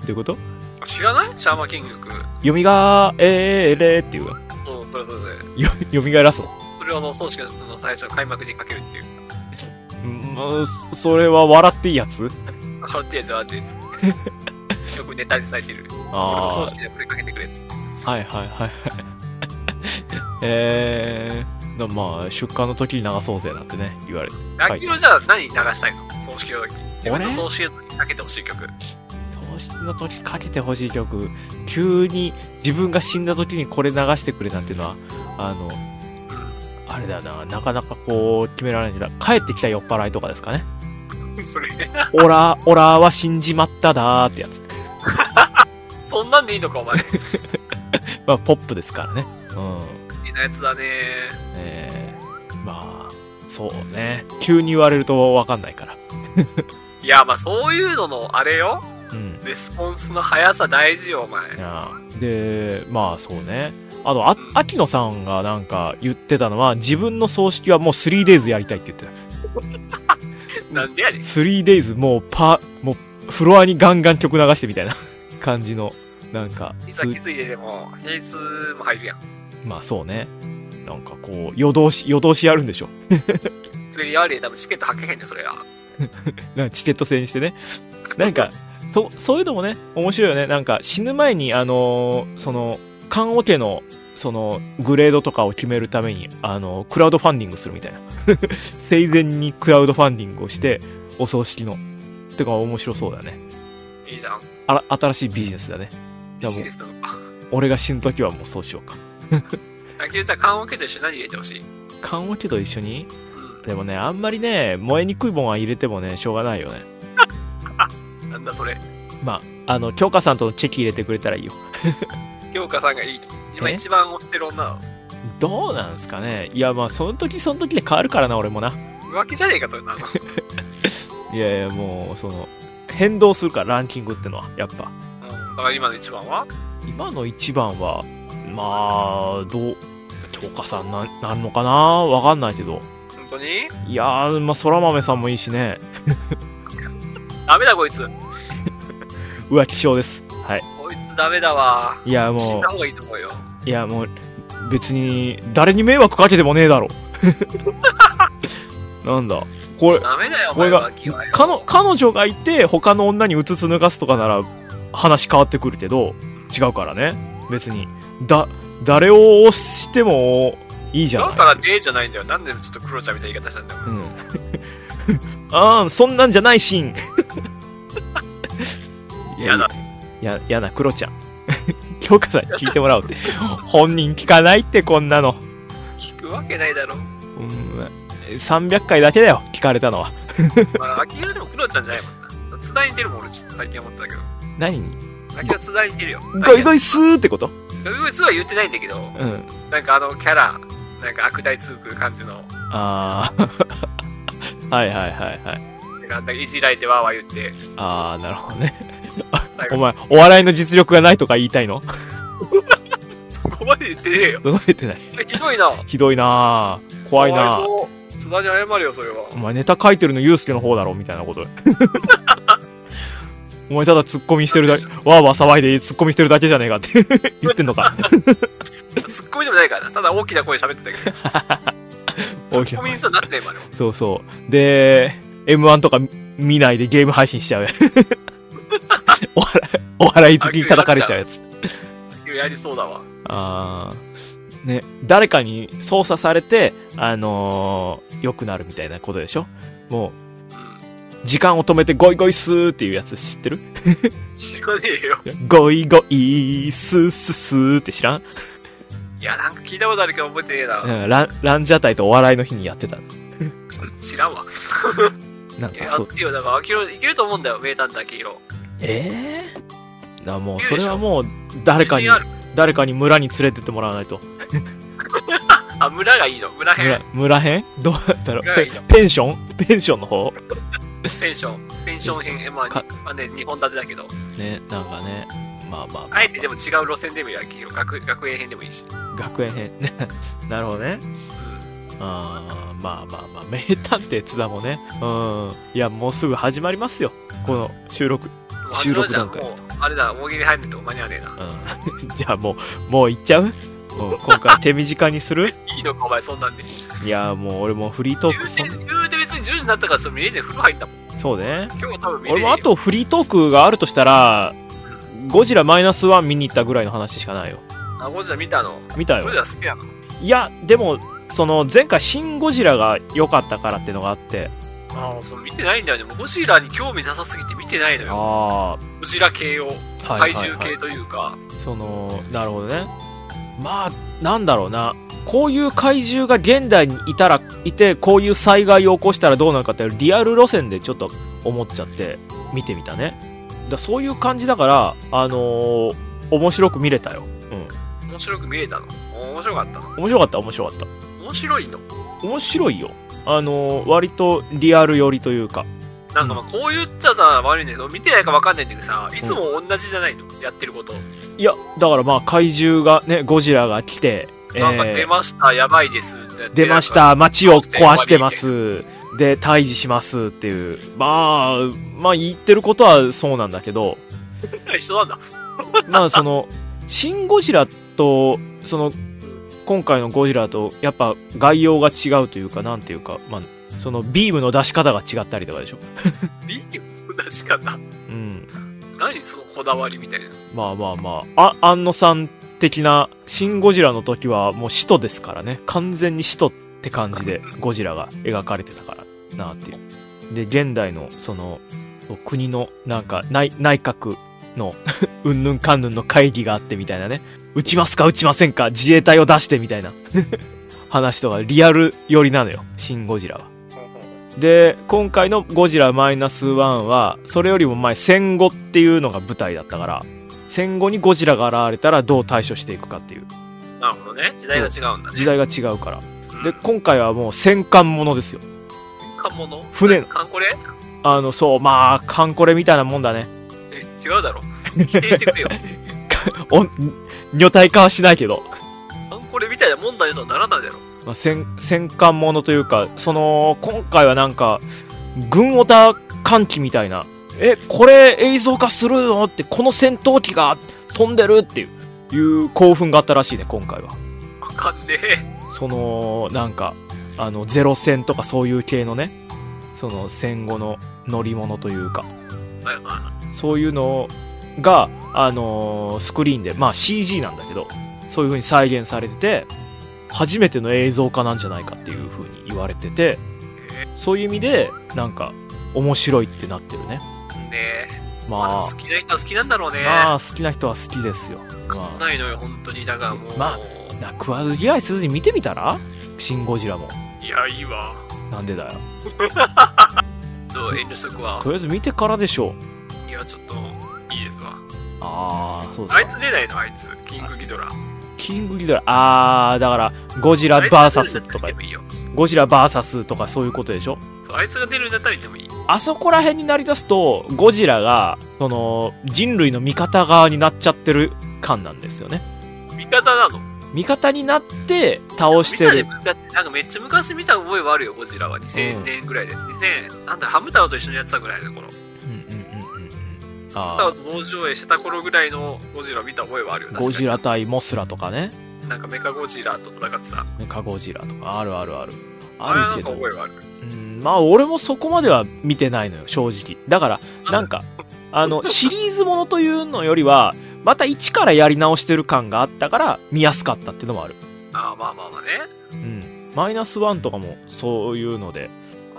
Speaker 1: いうこと
Speaker 2: 知らないシャーマンキングの曲。
Speaker 1: 読みがえーれーっていうか、
Speaker 2: そう、それそれそれ。
Speaker 1: よ読みがえらそう。
Speaker 2: それをあの、葬式の最初の開幕にかけるっていう。
Speaker 1: うんまあそれは笑っていいやつ
Speaker 2: ある程度はです。 よくネタにされてる。
Speaker 1: あ
Speaker 2: 俺も
Speaker 1: ー
Speaker 2: 葬式でこれかけてくれっつって。
Speaker 1: はいはいはいはい。 えー、だまあ、出荷の時に流そうぜなんてね、言われて。
Speaker 2: ラッキーのじゃあ何流したいの葬式の時。自分の葬式の時にかけてほしい曲。
Speaker 1: 葬式の時かけてほしい曲、急に自分が死んだ時にこれ流してくれなんていうのは、あの、あれだよな、なかなかこう、決められないんだ。帰ってきた酔っ払いとかですかね。
Speaker 2: それ、
Speaker 1: オラ、オラは死んじまっただーってやつ。
Speaker 2: そんなんでいいのか、お前。
Speaker 1: まあ、ポップですからね。うん。
Speaker 2: いいなやつだね。
Speaker 1: えー、まあ、そうね。急に言われるとわかんないから。
Speaker 2: いや、まあそういうのの、あれよ。
Speaker 1: うん。
Speaker 2: レスポンスの速さ大事よ、お前。
Speaker 1: ああで、まあそうね。あの、あ
Speaker 2: うん、
Speaker 1: 秋野さんがなんか言ってたのは、自分の葬式はもう 3days やりたいって言ってた。
Speaker 2: なんでやねん。
Speaker 1: 3days もうパ、もうフロアにガンガン曲流してみたいな 感じの。なんか、
Speaker 2: い
Speaker 1: す
Speaker 2: ざ気づいてでも、平日も入るやん。
Speaker 1: まあそうね。なんかこう、夜通し、夜通しやるんでしょ。
Speaker 2: それリアルで多分チケットはけへんねんそれが。
Speaker 1: なんかチケット制にしてね。なんか、そ、そういうのもね、面白いよね。なんか死ぬ前に、あのーその、缶オケの、その、グレードとかを決めるために、あのークラウドファンディングするみたいな。 生前にクラウドファンディングをして、お葬式の。てか面白そうだね。
Speaker 2: いいじゃん。
Speaker 1: あら、新しいビジネスだね。いや
Speaker 2: い
Speaker 1: も
Speaker 2: いうですとか。
Speaker 1: 俺が死ぬ時はもうそうしようか。
Speaker 2: あきるちゃん、缶オケと一緒に何入れてほしい
Speaker 1: 缶オケと一緒に
Speaker 2: う
Speaker 1: でもね、あんまりね、燃えにくいもんは入れてもね、しょうがないよね。
Speaker 2: ん。なんだそれ。
Speaker 1: まあ、あの、京香さんとのチェキ入れてくれたらいいよ。
Speaker 2: 京香さんがいいの。今
Speaker 1: え
Speaker 2: 一番推してる女なの。
Speaker 1: どうなんすかねいや、まあ、その時その時で変わるからな、俺もな。
Speaker 2: 浮気じゃねえか、それなの。
Speaker 1: いやいや、もう、その、変動するから、ランキングってのは、やっぱ。
Speaker 2: うん。だから今の一番は
Speaker 1: 今の一番は、まあ、どう、京香さんな、なんのかなわかんないけど。
Speaker 2: 本当に
Speaker 1: いやー、まあ、空豆さんもいいしね、
Speaker 2: ダメだ、こいつ。
Speaker 1: 浮気症です。はい。
Speaker 2: こいつダメだわ。
Speaker 1: いや、
Speaker 2: 死ん
Speaker 1: も
Speaker 2: だ方がいいと思うよ。
Speaker 1: う、いや、もう、別に、誰に迷惑かけてもねえだろ。 なんだ、これ、
Speaker 2: ダメだよ、お
Speaker 1: これ
Speaker 2: 前
Speaker 1: が
Speaker 2: 浮気はよ。
Speaker 1: 彼女彼女がいて他の女にうつつ抜かすとかなら話変わってくるけど違うからね別にだ誰を押してもいいじゃ
Speaker 2: だ
Speaker 1: ない
Speaker 2: からねえじゃないんだよ。なんでちょっとクロちゃんみたいな言い方したんだよ。
Speaker 1: うんあーそんなんじゃないシーン い
Speaker 2: やだ
Speaker 1: いややだクロちゃん 京香さんに聞いてもらおうって本人聞かないってこんなの、
Speaker 2: 聞くわけないだろ。
Speaker 1: うん、300回だけだよ聞かれたのは
Speaker 2: まあ、アキラでもクロちゃんじゃないもんな。津田に出るもん、俺、ちょっと最近思ったけど。
Speaker 1: 何に
Speaker 2: アキラ津田に出るよ。
Speaker 1: ガイガイスーってこと
Speaker 2: ガイガイスは言ってないんだけど、
Speaker 1: うん
Speaker 2: なんかあのキャラ、なんか悪態つく感じの、
Speaker 1: ああ。 はいはいはいはい。
Speaker 2: なんかいじられてわーわー言って、
Speaker 1: ああ、なるほどね。
Speaker 2: 最
Speaker 1: お
Speaker 2: 後、
Speaker 1: 前、お笑いの実力がないとか言いたいの
Speaker 2: そこまで言ってねえよ。
Speaker 1: 届いてない。
Speaker 2: ひどいな。
Speaker 1: ひどいなー怖いな
Speaker 2: かわ
Speaker 1: ー
Speaker 2: そう津田に謝るよ、それは。
Speaker 1: お前ネタ書いてるのユうスケの方だろみたいなこと。 お前ただツッコミしてるだけ、わーわー騒いでツッコミしてるだけじゃねえかって 言ってんのか。
Speaker 2: ツッコミでもないからな。ただ大きな声で喋ってたけ ど。
Speaker 1: 大き
Speaker 2: ツッ
Speaker 1: な
Speaker 2: コミにさ、なってねえまでも。
Speaker 1: そうそう。で、M1 とか見ないでゲーム配信しちゃう。 お笑い、お笑い好きに叩かれちゃうやつ。
Speaker 2: アキラやりそうだわ。
Speaker 1: あーね、誰かに操作されて、あのー、良くなるみたいなことでしょもう、時間を止めてゴイゴイスーっていうやつ知ってる
Speaker 2: 知らねえよ。
Speaker 1: ゴイゴイスースースーって知らん、
Speaker 2: いや、なんか聞いたことあるけど覚えてねえ
Speaker 1: う
Speaker 2: な。
Speaker 1: ん、ランランジャタイとお笑いの日にやってたんです
Speaker 2: 知らんわ。
Speaker 1: なん
Speaker 2: いや、
Speaker 1: か
Speaker 2: あ
Speaker 1: そ
Speaker 2: っ
Speaker 1: う。
Speaker 2: てよ、だから、アキラいけると思うんだよ、名探偵アキヒロ。
Speaker 1: ええー、だからもう、
Speaker 2: いる
Speaker 1: そ
Speaker 2: でしょ
Speaker 1: れはもう、誰かに
Speaker 2: 自信あ、る
Speaker 1: 誰かに村に連れてってもらわないと。
Speaker 2: あ、村がいいの。村編
Speaker 1: 村、。村編どうだろう
Speaker 2: 村
Speaker 1: それ
Speaker 2: いいよ
Speaker 1: ペンションペンションの方
Speaker 2: ペンション。ペンション編、えまあ
Speaker 1: か
Speaker 2: に、まあね、2本立てだけど。
Speaker 1: ね、なんかね、まあまあまあ、
Speaker 2: あえてでも違う路線でもいいわけよ。学学園編でもいいし。
Speaker 1: 学園編 なるほどね
Speaker 2: うん
Speaker 1: あーまあまあまあ名探偵津田もねうんいやもうすぐ始まりますよこの収録
Speaker 2: もう始まるじゃん
Speaker 1: 収録段階
Speaker 2: もう、あれだ、大喜利入んねんと間に合わねえな。
Speaker 1: うん じゃあもうもう行っちゃうもう今回手短にする
Speaker 2: いいのか、お前、そんなんで。言
Speaker 1: いやもう俺もフリートーク
Speaker 2: うて、
Speaker 1: そ
Speaker 2: 言
Speaker 1: ん
Speaker 2: うて別に10時になったから、その見れねえ、風呂入ったもん。
Speaker 1: そうね
Speaker 2: 今日は多分見れね
Speaker 1: 俺
Speaker 2: え
Speaker 1: も
Speaker 2: よ
Speaker 1: あ。とフリートークがあるとしたらゴジラマイナスワン見に行ったぐらいの話しかないよ
Speaker 2: あ、ゴジラ見たの。
Speaker 1: 見た
Speaker 2: ゴ
Speaker 1: よ
Speaker 2: ジラ好きなの。
Speaker 1: いやでもその前回「シン・ゴジラ」が良かったからってのがあって
Speaker 2: ああ、そう、見てないんだよね。もうゴジラに興味なさすぎて見てないのよ。
Speaker 1: あ
Speaker 2: ゴジラ系を、
Speaker 1: あ
Speaker 2: 怪獣系というか。
Speaker 1: そのなるほどねまあなんだろうなこういう怪獣が現代にいたらいてこういう災害を起こしたらどうなるかっていうリアル路線でちょっと思っちゃって見てみたねだそういう感じだからあのー面白く見れたよ
Speaker 2: 面白く見れたの。面白かったの。
Speaker 1: 面白かった面白かった
Speaker 2: 面白いの。
Speaker 1: 面白いよあのー割とリアル寄りというか
Speaker 2: なんかまあこう言っちゃさ悪いんだけど見てないか分かんないんだけどさいつも同じじゃないの、やってること
Speaker 1: いやだからまあ怪獣がねゴジラが来て
Speaker 2: なんか
Speaker 1: えー
Speaker 2: 出ました、やばいですってやって
Speaker 1: 出ました、街を壊してます、で、退治しますっていう、まあ、まあ、言ってることはそうなんだけど、
Speaker 2: なんか一緒なんだ
Speaker 1: まあその、シン・ゴジラと、その、今回のゴジラと、やっぱ概要が違うというか、なんていうか、まあ、そのビームの出し方が違ったりとかでしょ。
Speaker 2: ビームの出し方。
Speaker 1: うん。
Speaker 2: 何そのこだわりみたいな。
Speaker 1: まあまあまあ、あ、安野さん的な、シン・ゴジラの時はもう使徒ですからね。完全に使徒って感じで、ゴジラが描かれてたからなっていう。で、現代の、その、国の、なんか、内、内閣の、 うんぬんかんぬんの会議があってみたいなね。撃ちますか撃ちませんか自衛隊を出してみたいな 話とはリアル寄りなのよ。シン・ゴジラは。で、今回のゴジラマイナス1は、それよりも前戦後っていうのが舞台だったから、戦後にゴジラが現れたらどう対処していくかっていう
Speaker 2: なるほどね。時代が違うんだね。
Speaker 1: 時代が違うから
Speaker 2: うん。
Speaker 1: で、今回はもう戦艦ものですよ。
Speaker 2: 艦物
Speaker 1: 船の
Speaker 2: 艦これ
Speaker 1: あの、そう、まあ、カンコレみたいなもんだね。
Speaker 2: え、違うだろ。否定してくれよ。
Speaker 1: お、女体化はしないけど。
Speaker 2: 艦これみたいなもんだよとはならないだろ。
Speaker 1: まあ、戦、戦艦ものというか、その、今回はなんか、軍オタ艦機みたいな、え、これ映像化するのって、この戦闘機が飛んでるっていう、いう興奮があったらしいね、今回は。
Speaker 2: わかんねえ。
Speaker 1: そのなんかあのゼロ戦とかそういう系のねその戦後の乗り物というか
Speaker 2: はいは
Speaker 1: そういうのが、あのースクリーンで、まあ、CG なんだけどそういう風に再現されてて初めての映像化なんじゃないかっていう風に言われててそういう意味でなんか面白いってなってるね
Speaker 2: い。ねえ。ま
Speaker 1: ま
Speaker 2: あ、好
Speaker 1: あ
Speaker 2: きな人は好きなんだろうね。
Speaker 1: まあ好きな人は好きですよま
Speaker 2: ないのよ、本当に。だからもう。
Speaker 1: まあな食わず嫌いせずに見てみたらシン・ゴジラも
Speaker 2: いや、いいわ。
Speaker 1: なんでだよ
Speaker 2: どう遠慮しとくわ
Speaker 1: と。りあえず見てからでしょう
Speaker 2: いや、ちょっと、いいですわ。
Speaker 1: ああ、そうで
Speaker 2: あ
Speaker 1: す
Speaker 2: い
Speaker 1: か。
Speaker 2: つ出ないの、あいつ。キングギドラ。
Speaker 1: キングギドラ、ああ、だから、ゴジラ
Speaker 2: あ
Speaker 1: バー
Speaker 2: いつ
Speaker 1: サ
Speaker 2: が出
Speaker 1: ス
Speaker 2: るんだ
Speaker 1: と
Speaker 2: った
Speaker 1: から
Speaker 2: 言っ、てもいいよ。
Speaker 1: ゴジラバーサスとかそういうことでしょ
Speaker 2: そう、あいつが出るんだったら言ってもいい。
Speaker 1: あそこら辺になりだすと、ゴジラが、その、人類の味方側になっちゃってる感なんですよね。
Speaker 2: 味方なの。
Speaker 1: 味方になって倒して
Speaker 2: みん
Speaker 1: る。
Speaker 2: なで向かってなんかめっちゃ昔見た覚えはあるよ、ゴジラは。2000年ぐらいで。2000、なんだ、ハム太郎と一緒にやってたぐらいの頃。ハ
Speaker 1: うんうんうんうんうん。
Speaker 2: ム太
Speaker 1: あ
Speaker 2: 郎と農場へしてた頃ぐらいのゴジラ見た覚えはあるよ、
Speaker 1: あ、
Speaker 2: 確か
Speaker 1: ゴ
Speaker 2: に
Speaker 1: ジラ対モスラとかね。
Speaker 2: なんかメカゴジラと戦ってた。
Speaker 1: メカゴジラとか、あるあるある。
Speaker 2: あれな
Speaker 1: あ
Speaker 2: ん
Speaker 1: るけ
Speaker 2: か
Speaker 1: ど。
Speaker 2: 覚えはある。
Speaker 1: うん、まあ俺もそこまでは見てないのよ、正直。だから、なんか、あの、 シリーズものというのよりは、また一からやり直してる感があったから、見やすかったっていうのもある。
Speaker 2: ああ、まあまあまあね。
Speaker 1: うん。マイナスワンとかもそういうので、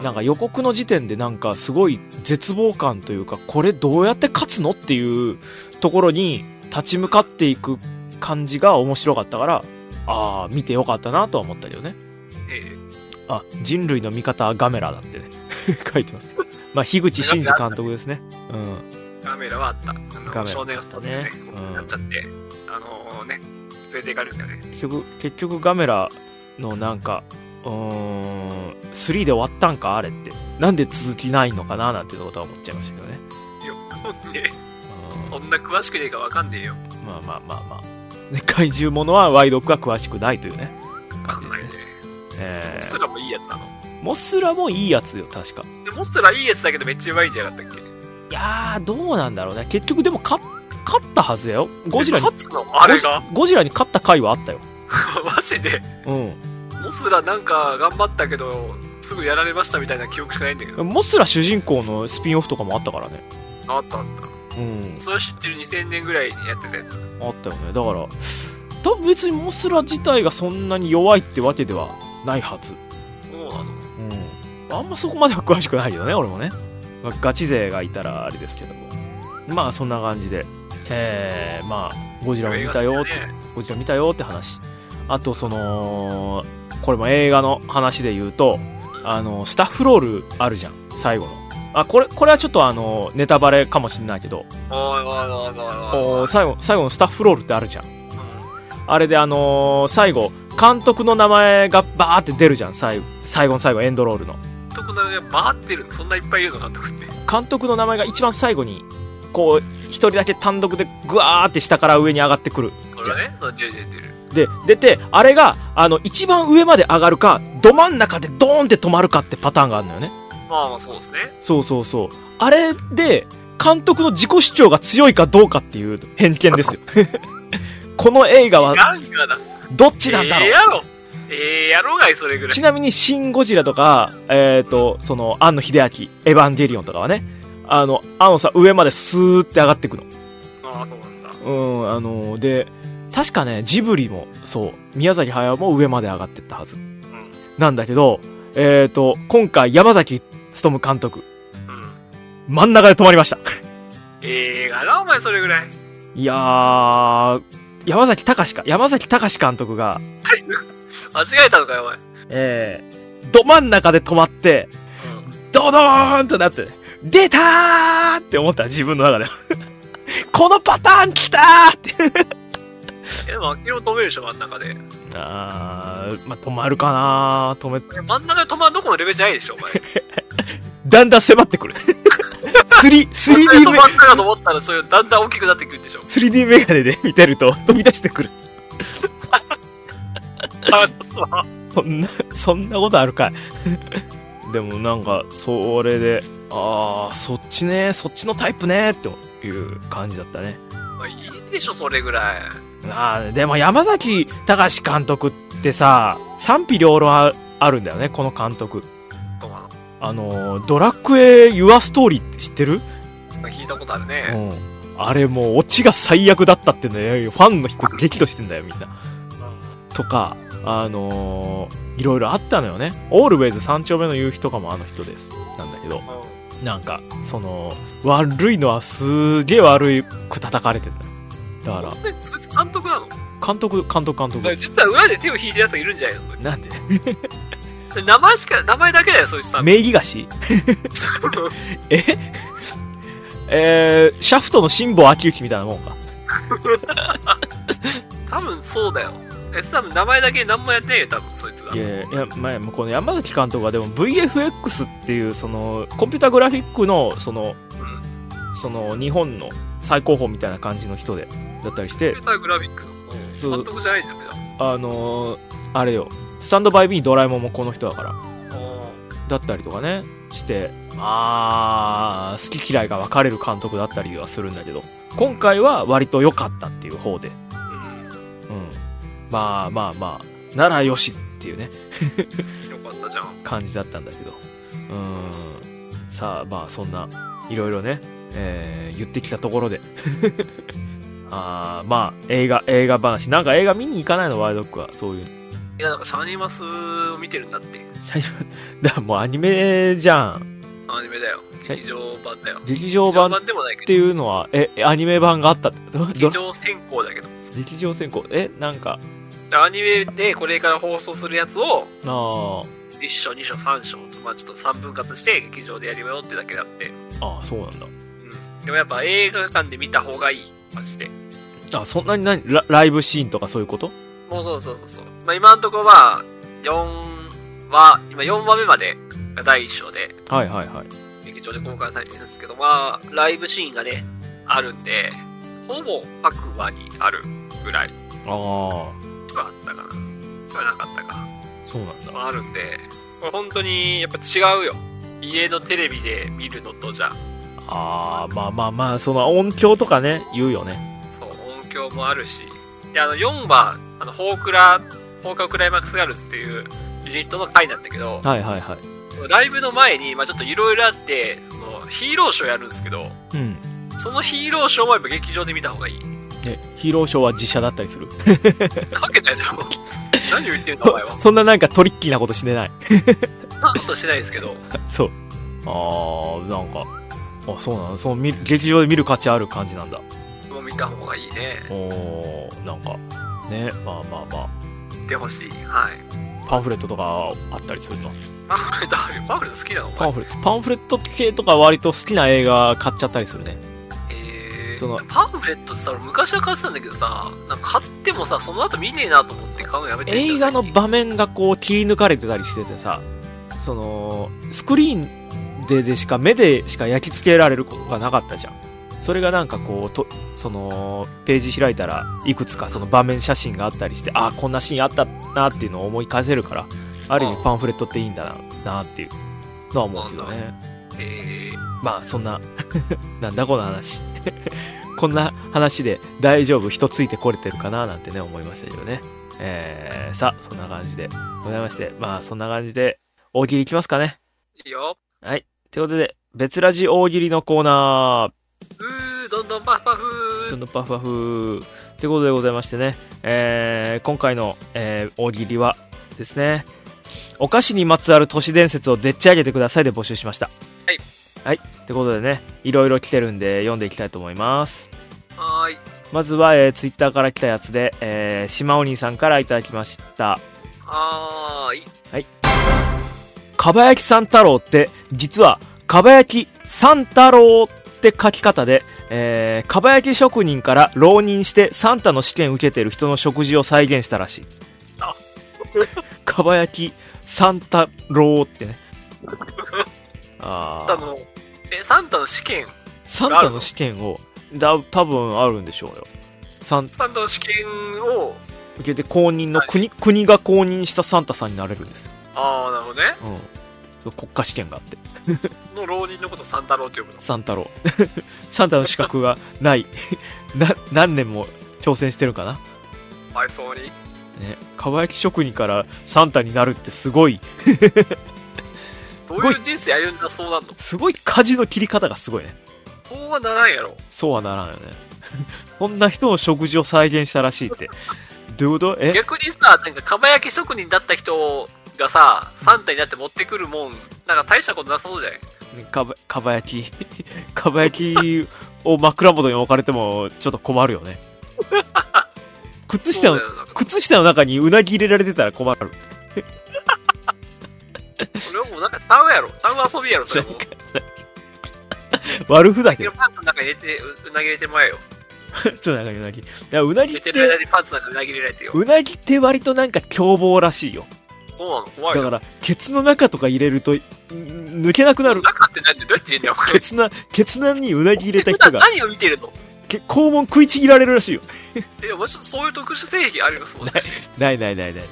Speaker 1: なんか予告の時点でなんかすごい絶望感というか、これどうやって勝つのっていうところに立ち向かっていく感じが面白かったから、ああ、見てよかったなとは思ったけどね。
Speaker 2: ええ
Speaker 1: あ、人類の味方はガメラだってね、 書いてますけど。まあ、樋口真嗣監督ですね。うん。
Speaker 2: ガメラはあった。あ
Speaker 1: ガメラあ
Speaker 2: の
Speaker 1: ったね
Speaker 2: 少年が育ってね、
Speaker 1: うん
Speaker 2: なっちゃって、あのね、連れて行かれるんだよね。
Speaker 1: 結局、結局ガメラのなんか、うーん、3で終わったんかあれって。なんで続きないのかななんてことは思っちゃいましたけどね。
Speaker 2: よくね、
Speaker 1: う
Speaker 2: そんな詳しくねえかわかんねえよ。
Speaker 1: ん。まあまあまあまあ。で、怪獣ものはワイドックは詳しくないというね。
Speaker 2: わかんないね。
Speaker 1: え
Speaker 2: モス
Speaker 1: ー、
Speaker 2: ラもいいやつなの。
Speaker 1: モスラもいいやつよ、確か。
Speaker 2: で、モスラいいやつだけどめっちゃうまいんじゃなかったっけ
Speaker 1: いやー、どうなんだろうね。結局でも勝っ、勝ったはずだよ。ゴジラに、
Speaker 2: 勝つのあれが
Speaker 1: ゴジラに勝った回はあったよ。
Speaker 2: マジで。
Speaker 1: うん。
Speaker 2: モスラなんか頑張ったけど、すぐやられましたみたいな記憶しかないんだけど。
Speaker 1: モスラ主人公のスピンオフとかもあったからね。
Speaker 2: あったあった。
Speaker 1: うん。
Speaker 2: それは知ってる2000年ぐらいにやってたやつ。
Speaker 1: あったよね。だから、多分別にモスラ自体がそんなに弱いってわけではないはず。
Speaker 2: そうな
Speaker 1: う
Speaker 2: の。
Speaker 1: ん。あんまそこまでは詳しくないけどね、俺もね。まあガチ勢がいたらあれですけども。まあそんな感じで。えー、まあ、ゴジラを見たよって、
Speaker 2: 映画好きだね
Speaker 1: ゴジラ見たよって話。あと、その、これも映画の話で言うと、あの、スタッフロールあるじゃん、最後の。あ、これ、これはちょっとあの、ネタバレかもしれないけど、
Speaker 2: おいおいおいおいおいお
Speaker 1: こ
Speaker 2: いう
Speaker 1: 最後、最後のスタッフロールってあるじゃん。
Speaker 2: うん
Speaker 1: あれであのー最後、監督の名前がバーって出るじゃん、最後、最後の最後、エンドロールの。
Speaker 2: 監督の名前回ってるのそんないっぱいいるの監督って。
Speaker 1: 監督の名前が一番最後に、こう、一人だけ単独でグワーって下から上に上がってくる。
Speaker 2: それはね、その出る出る出る。
Speaker 1: で、出て、あれが、あの、一番上まで上がるか、ど真ん中でドーンって止まるかってパターンがあるのよね。
Speaker 2: まあまあそうですね。
Speaker 1: そうそうそう。あれで、監督の自己主張が強いかどうかっていう偏見ですよ。 この映画は
Speaker 2: なんかだ。
Speaker 1: どっちなんだろ
Speaker 2: ええ
Speaker 1: う
Speaker 2: やろ。ええやろがい、それぐらい
Speaker 1: ち。なみに、シン・ゴジラとか、えっ、と、その、庵野秀明、エヴァンゲリオンとかはね、あの、あのさ、上までスーって上がっていく
Speaker 2: ああ、そうなんだ。
Speaker 1: の。うん、あの、で、確かね、ジブリも、そう、宮崎駿も上まで上がってったはず。
Speaker 2: うん。
Speaker 1: なんだけど、えっ、と、今回、山崎努監督、
Speaker 2: うん。
Speaker 1: 真ん中で止まりました。
Speaker 2: ええがな、お前、それぐらい。
Speaker 1: いやー、山崎隆か、山崎隆監督が、
Speaker 2: 間違えたのかよ、お前。
Speaker 1: えー、ど真ん中で止まって、
Speaker 2: うん。
Speaker 1: ドドーンとなって、出たーって思った、自分の中で。 このパターン来たーって。
Speaker 2: え、でも、アキロ止めるでしょ、真ん中で。
Speaker 1: あー、まあ、止まるかなー、止め、
Speaker 2: 真ん中で止まんどこのレベルじゃないでしょ、お前。
Speaker 1: だんだん迫ってくる。 スリ、3D
Speaker 2: 止
Speaker 1: メ
Speaker 2: ま、ったかと思ったら、そういう、だんだん大きくなってくるんでしょ。
Speaker 1: 3D メガネで見てると飛び出してくる。
Speaker 2: あ、そう。
Speaker 1: そんな、そんなことあるかい。 でもなんか、それで、あー、そっちね、そっちのタイプね、っていう感じだったね。
Speaker 2: まあ、いいでしょ、それぐらい。
Speaker 1: あーでも山崎隆監督ってさ、賛否両論ああるんだよね、この監督。
Speaker 2: そうなの。
Speaker 1: あのードラクエユアストーリーって知ってる、
Speaker 2: まあ聞いたことある
Speaker 1: う
Speaker 2: ね。
Speaker 1: ん、あれもうオチが最悪だったってねファンの人激怒してんだよみんなとかあのーいろいろあったのよねオールウェイズ三丁目の夕日とかもあの人ですなんだけど
Speaker 2: うん。
Speaker 1: なんかその悪いのはすげえ悪く叩かれてんだよだから
Speaker 2: ら。そいつ監督なの
Speaker 1: 監督監督監督
Speaker 2: 実は裏で手を引いてる奴がいるんじゃないの
Speaker 1: なんで
Speaker 2: それ名前しか、名前だけだよ、そいつ多分。
Speaker 1: 名義貸しえー、シャフトの辛坊秋之みたいなもんか
Speaker 2: 多分そうだよ。え、多分名前だけで何もやってないよ、多分そいつが。
Speaker 1: いやいや前もうこの山崎監督はでも VFX っていうそのコンピュータグラフィックのその
Speaker 2: うん。
Speaker 1: その日本の最高峰みたいな感じの人でだったりして
Speaker 2: 携帯グラフィック
Speaker 1: そう
Speaker 2: の。監督じゃないじゃん、じ
Speaker 1: あのーあれよスタンドバイビードラえもんもこの人だから
Speaker 2: ゃあ。
Speaker 1: だったりとかねしてまあ好き嫌いが分かれる監督だったりはするんだけど今回は割と良かったっていう方で
Speaker 2: う
Speaker 1: うんまあまあまあならよしっていうね
Speaker 2: ん。よかったじゃん。
Speaker 1: 感じだったんだけどうーんさあまあそんないろいろね、えー言ってきたところで あーまあ映画映画話なんか映画見に行かないのワイドックはそう いう
Speaker 2: いや、なんかシャニマスを見てるんだって。
Speaker 1: シャイだからもうアニメじゃん
Speaker 2: アニメだよ。
Speaker 1: シャイ
Speaker 2: 劇場版だよ。
Speaker 1: 劇場
Speaker 2: 劇場
Speaker 1: 版っ
Speaker 2: 版でもないけ
Speaker 1: て
Speaker 2: ど。
Speaker 1: いうのはえアニメ版があったってどど
Speaker 2: 劇場先行だけど。
Speaker 1: 劇場選考えなんか
Speaker 2: アニメでこれから放送するやつを、
Speaker 1: あー
Speaker 2: 1章、2章、3章と、まあちょっと3分割して劇場でやるよってだけだって。
Speaker 1: あーそうなん
Speaker 2: うん。でもやっぱ映画館で見た方がいい。マジで。
Speaker 1: だあそんなに何ラライブシーンとかそういうこと
Speaker 2: もうそうそうそうそう。まあ今のところは、4話、今4話目までが第1章で、
Speaker 1: はいはいはい
Speaker 2: 劇場で公開されてるんですけど、まあ、ライブシーンがね、あるんで、ほぼ各話にあるぐらい
Speaker 1: あ
Speaker 2: はあったかな。それはなかったか。
Speaker 1: あそうなんだ
Speaker 2: まあ、あるんで、これ本当にやっぱ違うよ。家のテレビで見るのとじゃ、
Speaker 1: ああまあまあまあその音響とかね言うよね
Speaker 2: そう、音響もあるし。で、あの4話、あの、フォークラ、フォーカークライマックスガールズっていうユニットの回なんだけど、
Speaker 1: はいはいはい
Speaker 2: ライブの前に、まあ、ちょっといろいろあってそのヒーローショーやるんですけど
Speaker 1: うん。
Speaker 2: そのヒーローショーもやっぱ劇場で見た方がいい
Speaker 1: え、ヒーローショーは自社だったりする
Speaker 2: わけないだろ 何を言ってるんだお前は
Speaker 1: そんななんかトリッキーなことしてない。
Speaker 2: そんなことしてないですけど
Speaker 1: そう。あー、なんか、あ、そうなのその見劇場で見る価値ある感じなんだ。
Speaker 2: もう見た方がいいね
Speaker 1: おー、なんか、ね、まあまあま
Speaker 2: 見てほしいはい
Speaker 1: あ、パンフレットとかあったりするの
Speaker 2: パンフレットあるよパンフレット好きなのお
Speaker 1: パン
Speaker 2: 前
Speaker 1: フレット、パンフレット系とか割と好きな映画買っちゃったりするね。
Speaker 2: えー
Speaker 1: その
Speaker 2: パンフレットってさ俺昔は買ってたんだけどさなんか買ってもさその後見ねえなと思って買うのやめて
Speaker 1: 映画の
Speaker 2: 場
Speaker 1: 場面がこう切り抜かれてたりしててさ、その、スクリーンででしか、目でしか焼き付けられることがなかったじゃん。それがなんかこう、と、その、ページ開いたらいくつかその場面写真があったりして、ああ、こんなシーンあったなっていうのを思い返せるから、ある意味
Speaker 2: うん
Speaker 1: パンフレットっていいんだな、なっていうのは思うけどね。
Speaker 2: え
Speaker 1: まあそんな なんだこの話こんな話で大丈夫人ついてこれてるかななんてね思いましたけどねえー、さあそんな感じでございましてまあそんな感じで大喜利いきますかね
Speaker 2: ー、いいよ。
Speaker 1: ということで別ラジ大喜利のコーナー
Speaker 2: うー、どんどんパフパ
Speaker 1: どん
Speaker 2: フ
Speaker 1: どんパフパフってことでございましてね、えー今回の、えー大喜利はですね、お菓子にまつわる都市伝説をでっち上げてくださいで募集しました。
Speaker 2: はい。
Speaker 1: はい。ってことでね、いろいろ来てるんで読んでいきたいと思います。
Speaker 2: はーい。
Speaker 1: まずは、えー、ツイッターから来たやつで、えー、島お兄さんからいただきました。
Speaker 2: はーい。
Speaker 1: かば焼き三太郎って、実は、かば焼き三太郎って書き方で、えー、かば焼き職人から浪人してサンタの試験受けてる人の食事を再現したらしい。
Speaker 2: あ
Speaker 1: かば焼き三太郎ってね。あ
Speaker 2: サンタ
Speaker 1: ー
Speaker 2: の、え、サンタの試験
Speaker 1: サンタの試験を、だ、多分あるんでしょうよ。サン
Speaker 2: サンタの試験を、
Speaker 1: 受けて公認の国、国が公認したサンタさんになれるんですよ。
Speaker 2: あー、なるほどね。
Speaker 1: うん。そう国家試験があって。
Speaker 2: の浪人のことサンタロウって呼ぶの。
Speaker 1: サンタロウ サンタの資格がない な何年も挑戦してるかな、
Speaker 2: かわいそうに。
Speaker 1: ね、かば焼き職人からサンタになるってすごい
Speaker 2: どういう人生歩んだそうなんの
Speaker 1: すごい舵の切り方がすごいね
Speaker 2: そうはならんやろ。
Speaker 1: そうはならんよね こんな人の食事を再現したらしいってどういうことえ
Speaker 2: 逆にさ、なんか、かば焼き職人だった人がさ、サンタになって持ってくるもん、なんか大したことなさそうじゃない
Speaker 1: かばかば焼き かば焼きを枕元に置かれてもちょっと困るよ ね靴下
Speaker 2: そう
Speaker 1: の
Speaker 2: だよなんか
Speaker 1: 靴下の中にうなぎ入れられてたら困る
Speaker 2: それはもうなんかちゃうやろ。ちゃう遊びやろ、それはもう。
Speaker 1: 悪ふざけ
Speaker 2: でもパンツの中に入れて、ううなぎ入れてもらえよ。
Speaker 1: ちょっとなんかうなぎ。いや、うなぎ
Speaker 2: 寝
Speaker 1: ってて、
Speaker 2: る間にパンツの中にうなぎ入れられてよ。
Speaker 1: うなぎって割となんか凶暴らしいよ。
Speaker 2: そうなの怖い
Speaker 1: だ
Speaker 2: よ。
Speaker 1: から、ケツの中とか入れると、ん抜けなくなる。
Speaker 2: 中って何でどうやって入れんの
Speaker 1: ケツな、ケツなにうなぎ入れた
Speaker 2: 普
Speaker 1: 人
Speaker 2: 段
Speaker 1: が、
Speaker 2: 何を見てるの
Speaker 1: け肛門食いちぎられるらしいよ。
Speaker 2: え、もしそういう特殊性癖あるのもしかして。
Speaker 1: ないないないないない。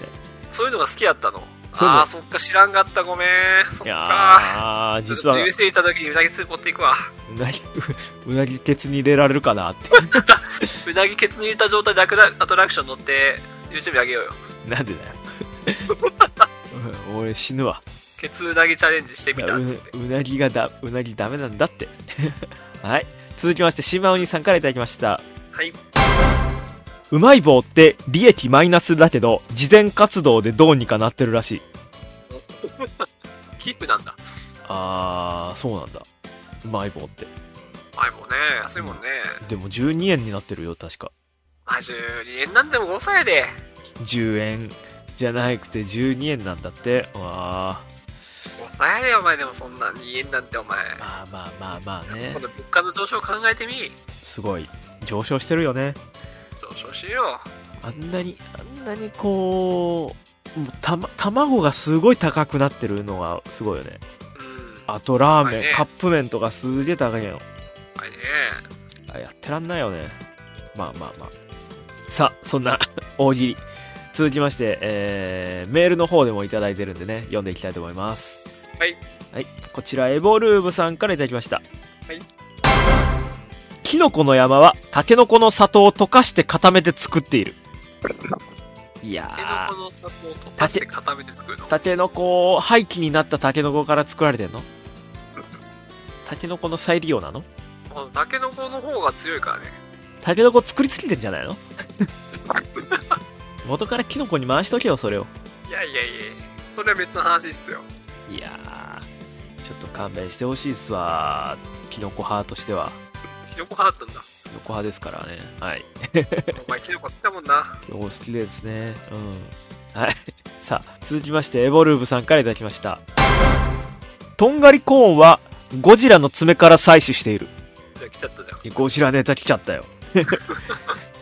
Speaker 2: そういうのが好きやったの。
Speaker 1: そういうの
Speaker 2: あー、そっか、知らんかった、ごめん。そっ
Speaker 1: い
Speaker 2: か。
Speaker 1: やー、
Speaker 2: ちょっ
Speaker 1: 実
Speaker 2: と
Speaker 1: は、
Speaker 2: 優勢行った時にうなぎつ持っていくわ。
Speaker 1: うなぎ、 うなぎケツに入れられるかなって。
Speaker 2: うなぎケツに入れた状態でアクラアトラクション乗って、YouTube あげようよ。
Speaker 1: なんでだよ。 うん俺死ぬわ。
Speaker 2: ケツうなぎチャレンジしてみたっつって。
Speaker 1: ううなぎがだ、うなぎダメなんだって。 はい。続きまして、島お兄さんからいただきました。
Speaker 2: はい。
Speaker 1: うまい棒って利益マイナスだけど、慈善活動でどうにかなってるらしい。
Speaker 2: キープなんだ。
Speaker 1: あー、そうなんだ。うまい棒って。
Speaker 2: あいもうね、安いもんね。
Speaker 1: でも12円になってるよ、確か。
Speaker 2: まあ、12円なんでも5歳で。
Speaker 1: 10円じゃなくて12円なんだって。わ
Speaker 2: 5歳でお前でもそんな2円なんてお前。
Speaker 1: ー。まあまあまあまあね
Speaker 2: こ。の物価の上昇考えてみ。
Speaker 1: すごい。上昇してるよね。
Speaker 2: 上昇しよ
Speaker 1: あんなに、あんなにこう、もうたま、卵がすごい高くなってるのがすごいよね。
Speaker 2: う。うん。
Speaker 1: あとラーメン、
Speaker 2: はいね
Speaker 1: カップ麺とかすげえ高いよ。
Speaker 2: はいね。
Speaker 1: あやってらんないよねまあまあまあさあそんな 大喜利続きまして、えーメールの方でもいただいてるんでね読んでいきたいと思います
Speaker 2: はい、
Speaker 1: はい、こちらエボルームさんからいただきました
Speaker 2: はい
Speaker 1: キノコの山はタケノコの砂糖を溶かして固めて作っているい
Speaker 2: 手の
Speaker 1: や
Speaker 2: こ
Speaker 1: ー
Speaker 2: の砂糖を溶かして固めて作るの。
Speaker 1: タケノコ廃棄になったタケノコから作られてんのタケノコの再利用なの
Speaker 2: このタケノコの方が強いからね。
Speaker 1: タケノコ作りすぎてんじゃ ないの元からキノコに回しとけよそれを
Speaker 2: いやいやいやそれは別の話っすよ。
Speaker 1: いやーちょっと勘弁してほしいっすわキノコ派としては
Speaker 2: キノコ派だったんだ。
Speaker 1: キノコ派ですからねはい
Speaker 2: お前キノコ好きだもんな。
Speaker 1: キノコ好きですねうんはい さあ続きましてエボルーブさんからいただきましたとんがりコーンはゴジラの爪から採取している
Speaker 2: じゃあ来ちゃったじゃん。
Speaker 1: ゴジラネタ来ちゃったよ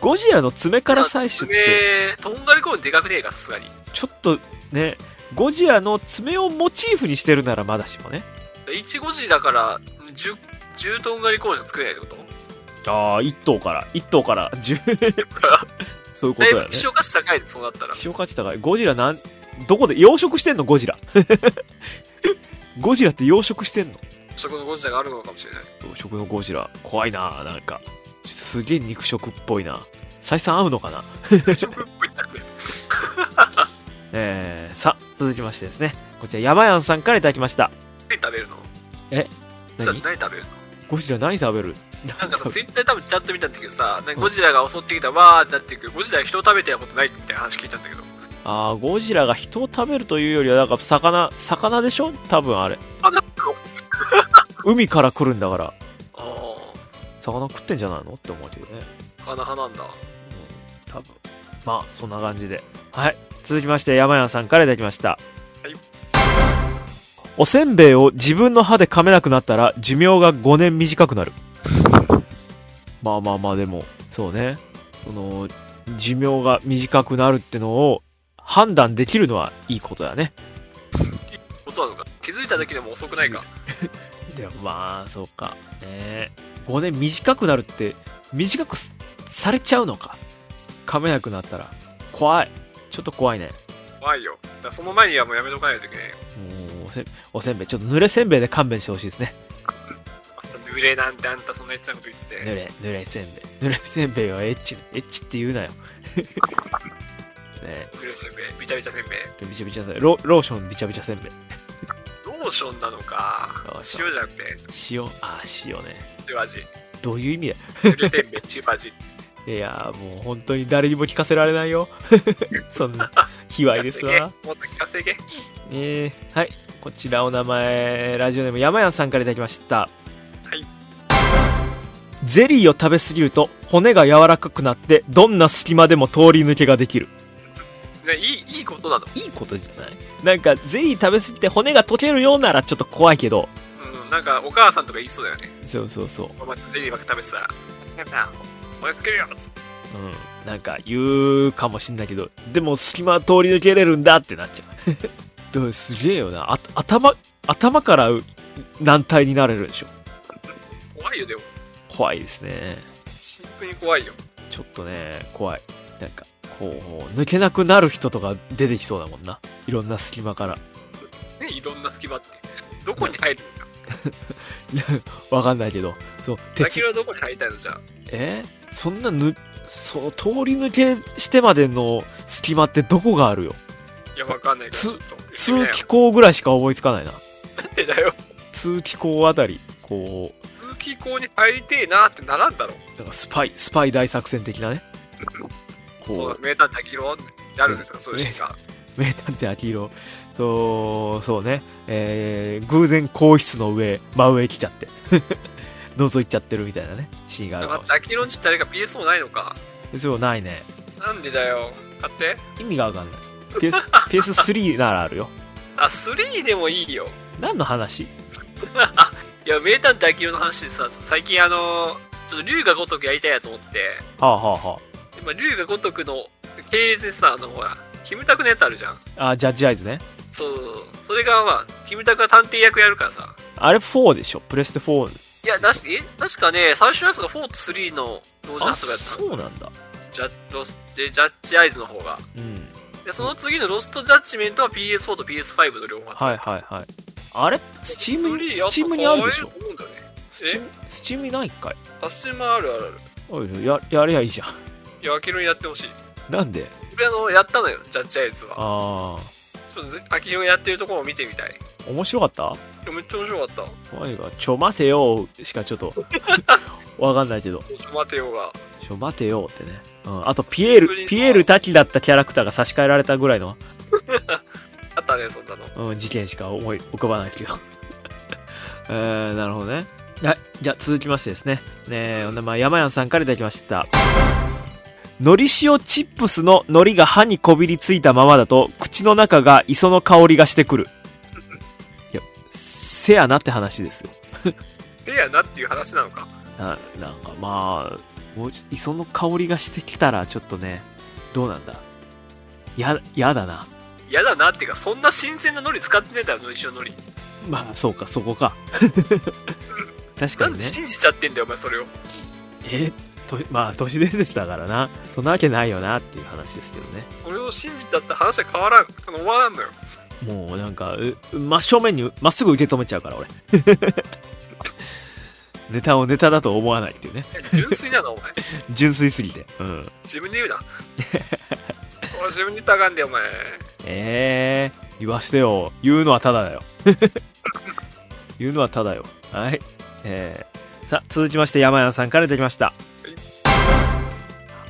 Speaker 1: ゴジラの爪から採取って
Speaker 2: 爪、とんがりコーンでかくねえか、さすがに。
Speaker 1: ちょっとね、ゴジラの爪をモチーフにしてるならまだしもね。
Speaker 2: 1ゴジラから10、10とんがりコーンじゃ作れないってこと
Speaker 1: ああ、1頭から、1頭から10、そういうことだ
Speaker 2: だい
Speaker 1: よ
Speaker 2: ぶ
Speaker 1: ね。
Speaker 2: 希少価値高いね、そうなったら
Speaker 1: 希。少価値高い。ゴジラなん、 どこで養殖してんのゴジラ。ゴジラって養殖してんの
Speaker 2: 食のゴジラがあるのかもしれない。
Speaker 1: 食のゴジラ怖いななんかすげえ肉食っぽいな採算合うのかな
Speaker 2: 食っぽいんだけど
Speaker 1: えー、さあ続きましてですねこちら山やんさんからいただきました
Speaker 2: 何食べるの
Speaker 1: え
Speaker 2: ゴジラって何食べる
Speaker 1: ゴジラ何食べる
Speaker 2: のなんかさ
Speaker 1: 食べ
Speaker 2: ツイッターで多分ちゃんと見たんだけどさ、なんかゴジラが襲ってきたわーってなっていく、ゴジラが人を食べてることないみたいな話聞いたんだけど。
Speaker 1: あーゴジラが人を食べるというよりはなんか魚魚でしょ多分あれ
Speaker 2: あ、なんか、
Speaker 1: 海から来るんだから
Speaker 2: あー、
Speaker 1: 魚食ってんじゃないのって思うけどね
Speaker 2: 魚派なんだ。
Speaker 1: 多分まあそんな感じではい続きまして山やさんからいただきました、
Speaker 2: はい
Speaker 1: おせんべいを自分の歯で噛めなくなったら寿命が5年短くなるまあまあまあでもそうねその寿命が短くなるってのを判断できるのはいいことだね
Speaker 2: そうなのか。気づいただけでも遅くないか。
Speaker 1: でもまあそうかね5年短くなるって短くすされちゃうのか噛めなくなったら怖いちょっと怖いね
Speaker 2: 怖いよ。だからその前にはもうやめとかないといけないよ。
Speaker 1: もうおせんおせんべいちょっと濡れせんべいで勘弁してほしいですね
Speaker 2: あんた濡れなんてあんたそんなやっちゃうこと言って。
Speaker 1: 濡れ濡れせんべい濡れせんべいはエッチエッチって言うなよ ねえ
Speaker 2: 濡れせんべい、びちゃびちゃせんべい。
Speaker 1: びちゃびちゃロローションびちゃびちゃせんべい
Speaker 2: ローションなのか
Speaker 1: ロー。ション
Speaker 2: 塩じゃなくて、
Speaker 1: 塩ああ塩ね
Speaker 2: 塩味。
Speaker 1: どういう意味だ
Speaker 2: 濡れせんべい、中 味。
Speaker 1: よいやーもう本当に誰にも聞かせられないよ そんな卑猥ですわ
Speaker 2: もっと聞かせていけ。
Speaker 1: えー、はいこちらお名前ラジオネーム山谷さんからいただきました
Speaker 2: はい
Speaker 1: ゼリーを食べ過ぎると骨が柔らかくなってどんな隙間でも通り抜けができる
Speaker 2: ねいい、いいことなの。
Speaker 1: いいことじゃないなんかゼリー食べ過ぎて骨が溶けるようならちょっと怖いけど
Speaker 2: うん、なんかお母さんとか言いそうだよね。
Speaker 1: そうそうそう
Speaker 2: お前ちょっとゼリーばっか食べてたら。やめな、おやつけるよつって
Speaker 1: うんなんか言うかもしんないけどでも隙間通り抜けれるんだってなっちゃう でもすげえよなあ頭頭から軟体になれるでしょ
Speaker 2: 怖いよ、でも。
Speaker 1: 怖いですね
Speaker 2: シンプルに怖いよ。
Speaker 1: ちょっとね怖いなんかこう抜けなくなる人とか出てきそうだもんないろんな隙間から
Speaker 2: ね、いろんな隙間って。どこに入るのか。
Speaker 1: わかんないけどそう
Speaker 2: ラキロはどこに入りたいのじゃあ。
Speaker 1: えそんなぬそう通り抜けしてまでの隙間ってどこがあるよ
Speaker 2: いや、わかんないけど、
Speaker 1: つ
Speaker 2: ちょっと。言
Speaker 1: 通
Speaker 2: ってみなよ
Speaker 1: 気口ぐらいしか思いつかないな
Speaker 2: なんでだよ。
Speaker 1: 通気口あたりこう
Speaker 2: 通気口に入りてえなってならんだろ。
Speaker 1: なんかスパイスパイ大作戦的なね
Speaker 2: そう
Speaker 1: こ
Speaker 2: だ、名探偵キロってあるんですか、そういうシーンが。
Speaker 1: う名探偵秋色そうそうねえー、偶然更衣室の上真上来ちゃって 覗いちゃってるみたいなねシーンがあるか
Speaker 2: 待
Speaker 1: も
Speaker 2: っ、
Speaker 1: して
Speaker 2: アキロンちってあれが PSO ないのか。
Speaker 1: れないそうないね
Speaker 2: なんでだよ。買って。
Speaker 1: 意味がわかんない PS PS3 ならあるよ
Speaker 2: あ、3でもいいよ。
Speaker 1: 何の話
Speaker 2: いや、名探偵アキロの話でさ、最近あの、ちょっと竜が如くやりたいやと思って、
Speaker 1: はあはあは
Speaker 2: でまあ竜が如くの系列でさ、あの、ほら、キムタクのやつあるじゃん。
Speaker 1: ああジャッジアイズね
Speaker 2: そう、それがまあ、キムタクが探偵役やるからさ。
Speaker 1: あれ4でしょプレステ4。
Speaker 2: いや、だし、え確かね、最初のやつが4と3の同時
Speaker 1: あ、
Speaker 2: 発売だった
Speaker 1: そうなんだ。
Speaker 2: ジャッロスで、ジャッジアイズの方が。
Speaker 1: うん。
Speaker 2: で、その次のロストジャッジメントは PS4 と PS5 の両方
Speaker 1: はいはいはい。あれスチームに、ス
Speaker 2: やっぱ
Speaker 1: チームにあるでしょ
Speaker 2: 可愛いと思うんだよね。
Speaker 1: スチーム、スチームにないんかい
Speaker 2: あスチームあるあるある。
Speaker 1: おいや、やれやいいじゃん。
Speaker 2: いや、アキロンやってほしい。
Speaker 1: なんで
Speaker 2: 俺あの、やったのよ、ジャッジアイズは。
Speaker 1: あ
Speaker 2: ちょっとぜ、アキロンやってるところを見てみたい。い
Speaker 1: あ、面白かった
Speaker 2: やめっちゃ面白かっ
Speaker 1: おいが、ちょ待てよしかちょっと、わかんないけど、
Speaker 2: た。ちょっと待てようが。
Speaker 1: ちょ待てよってね。うん、あと、ピエー
Speaker 2: ブリ
Speaker 1: ル、
Speaker 2: ン
Speaker 1: ピエール滝だったキャラクターが差し替えられたぐらいの、
Speaker 2: あったね、そんなの。
Speaker 1: うん、事件しか思い浮かばないですけど。 えー、なるほどね。はい。じゃあ、続きましてですね。ねえお名前、山やさんからいただきました。のり塩チップスの海苔が歯にこびりついたままだと、口の中が磯の香りがしてくる。いや、せやなって話ですよ。
Speaker 2: でやなっていう話なのか。
Speaker 1: ななんかまあ、もう磯の香りがしてきたら、ちょっとね、どうなんだ。や、やだな。
Speaker 2: 嫌だなっていうか、そんな新鮮な海苔使ってねえだろ、一緒の海苔。
Speaker 1: まあ、そうか、そこか。 確か
Speaker 2: なん
Speaker 1: に
Speaker 2: で
Speaker 1: ね。
Speaker 2: 信じちゃってんだよ、お前、それを。
Speaker 1: えとまあ都市伝説だからなそんなわけないよなっていう話ですけどね
Speaker 2: それを信じたって話は変わらん。あの、終わらんのよ。
Speaker 1: もうなんか、う真正面にまっすぐ受け止めちゃう から、俺。ネタをネタだと思わないっていうね。
Speaker 2: 純粋なの、お前。
Speaker 1: 純粋すぎて。うん。
Speaker 2: 自分で言う な。俺自分で言ったらあかんで、お前。
Speaker 1: ええー、言わしてよ。言うのはただだよ。 言うのはただよ。はい。えー、さあ、続きまして山谷さんからいただきました。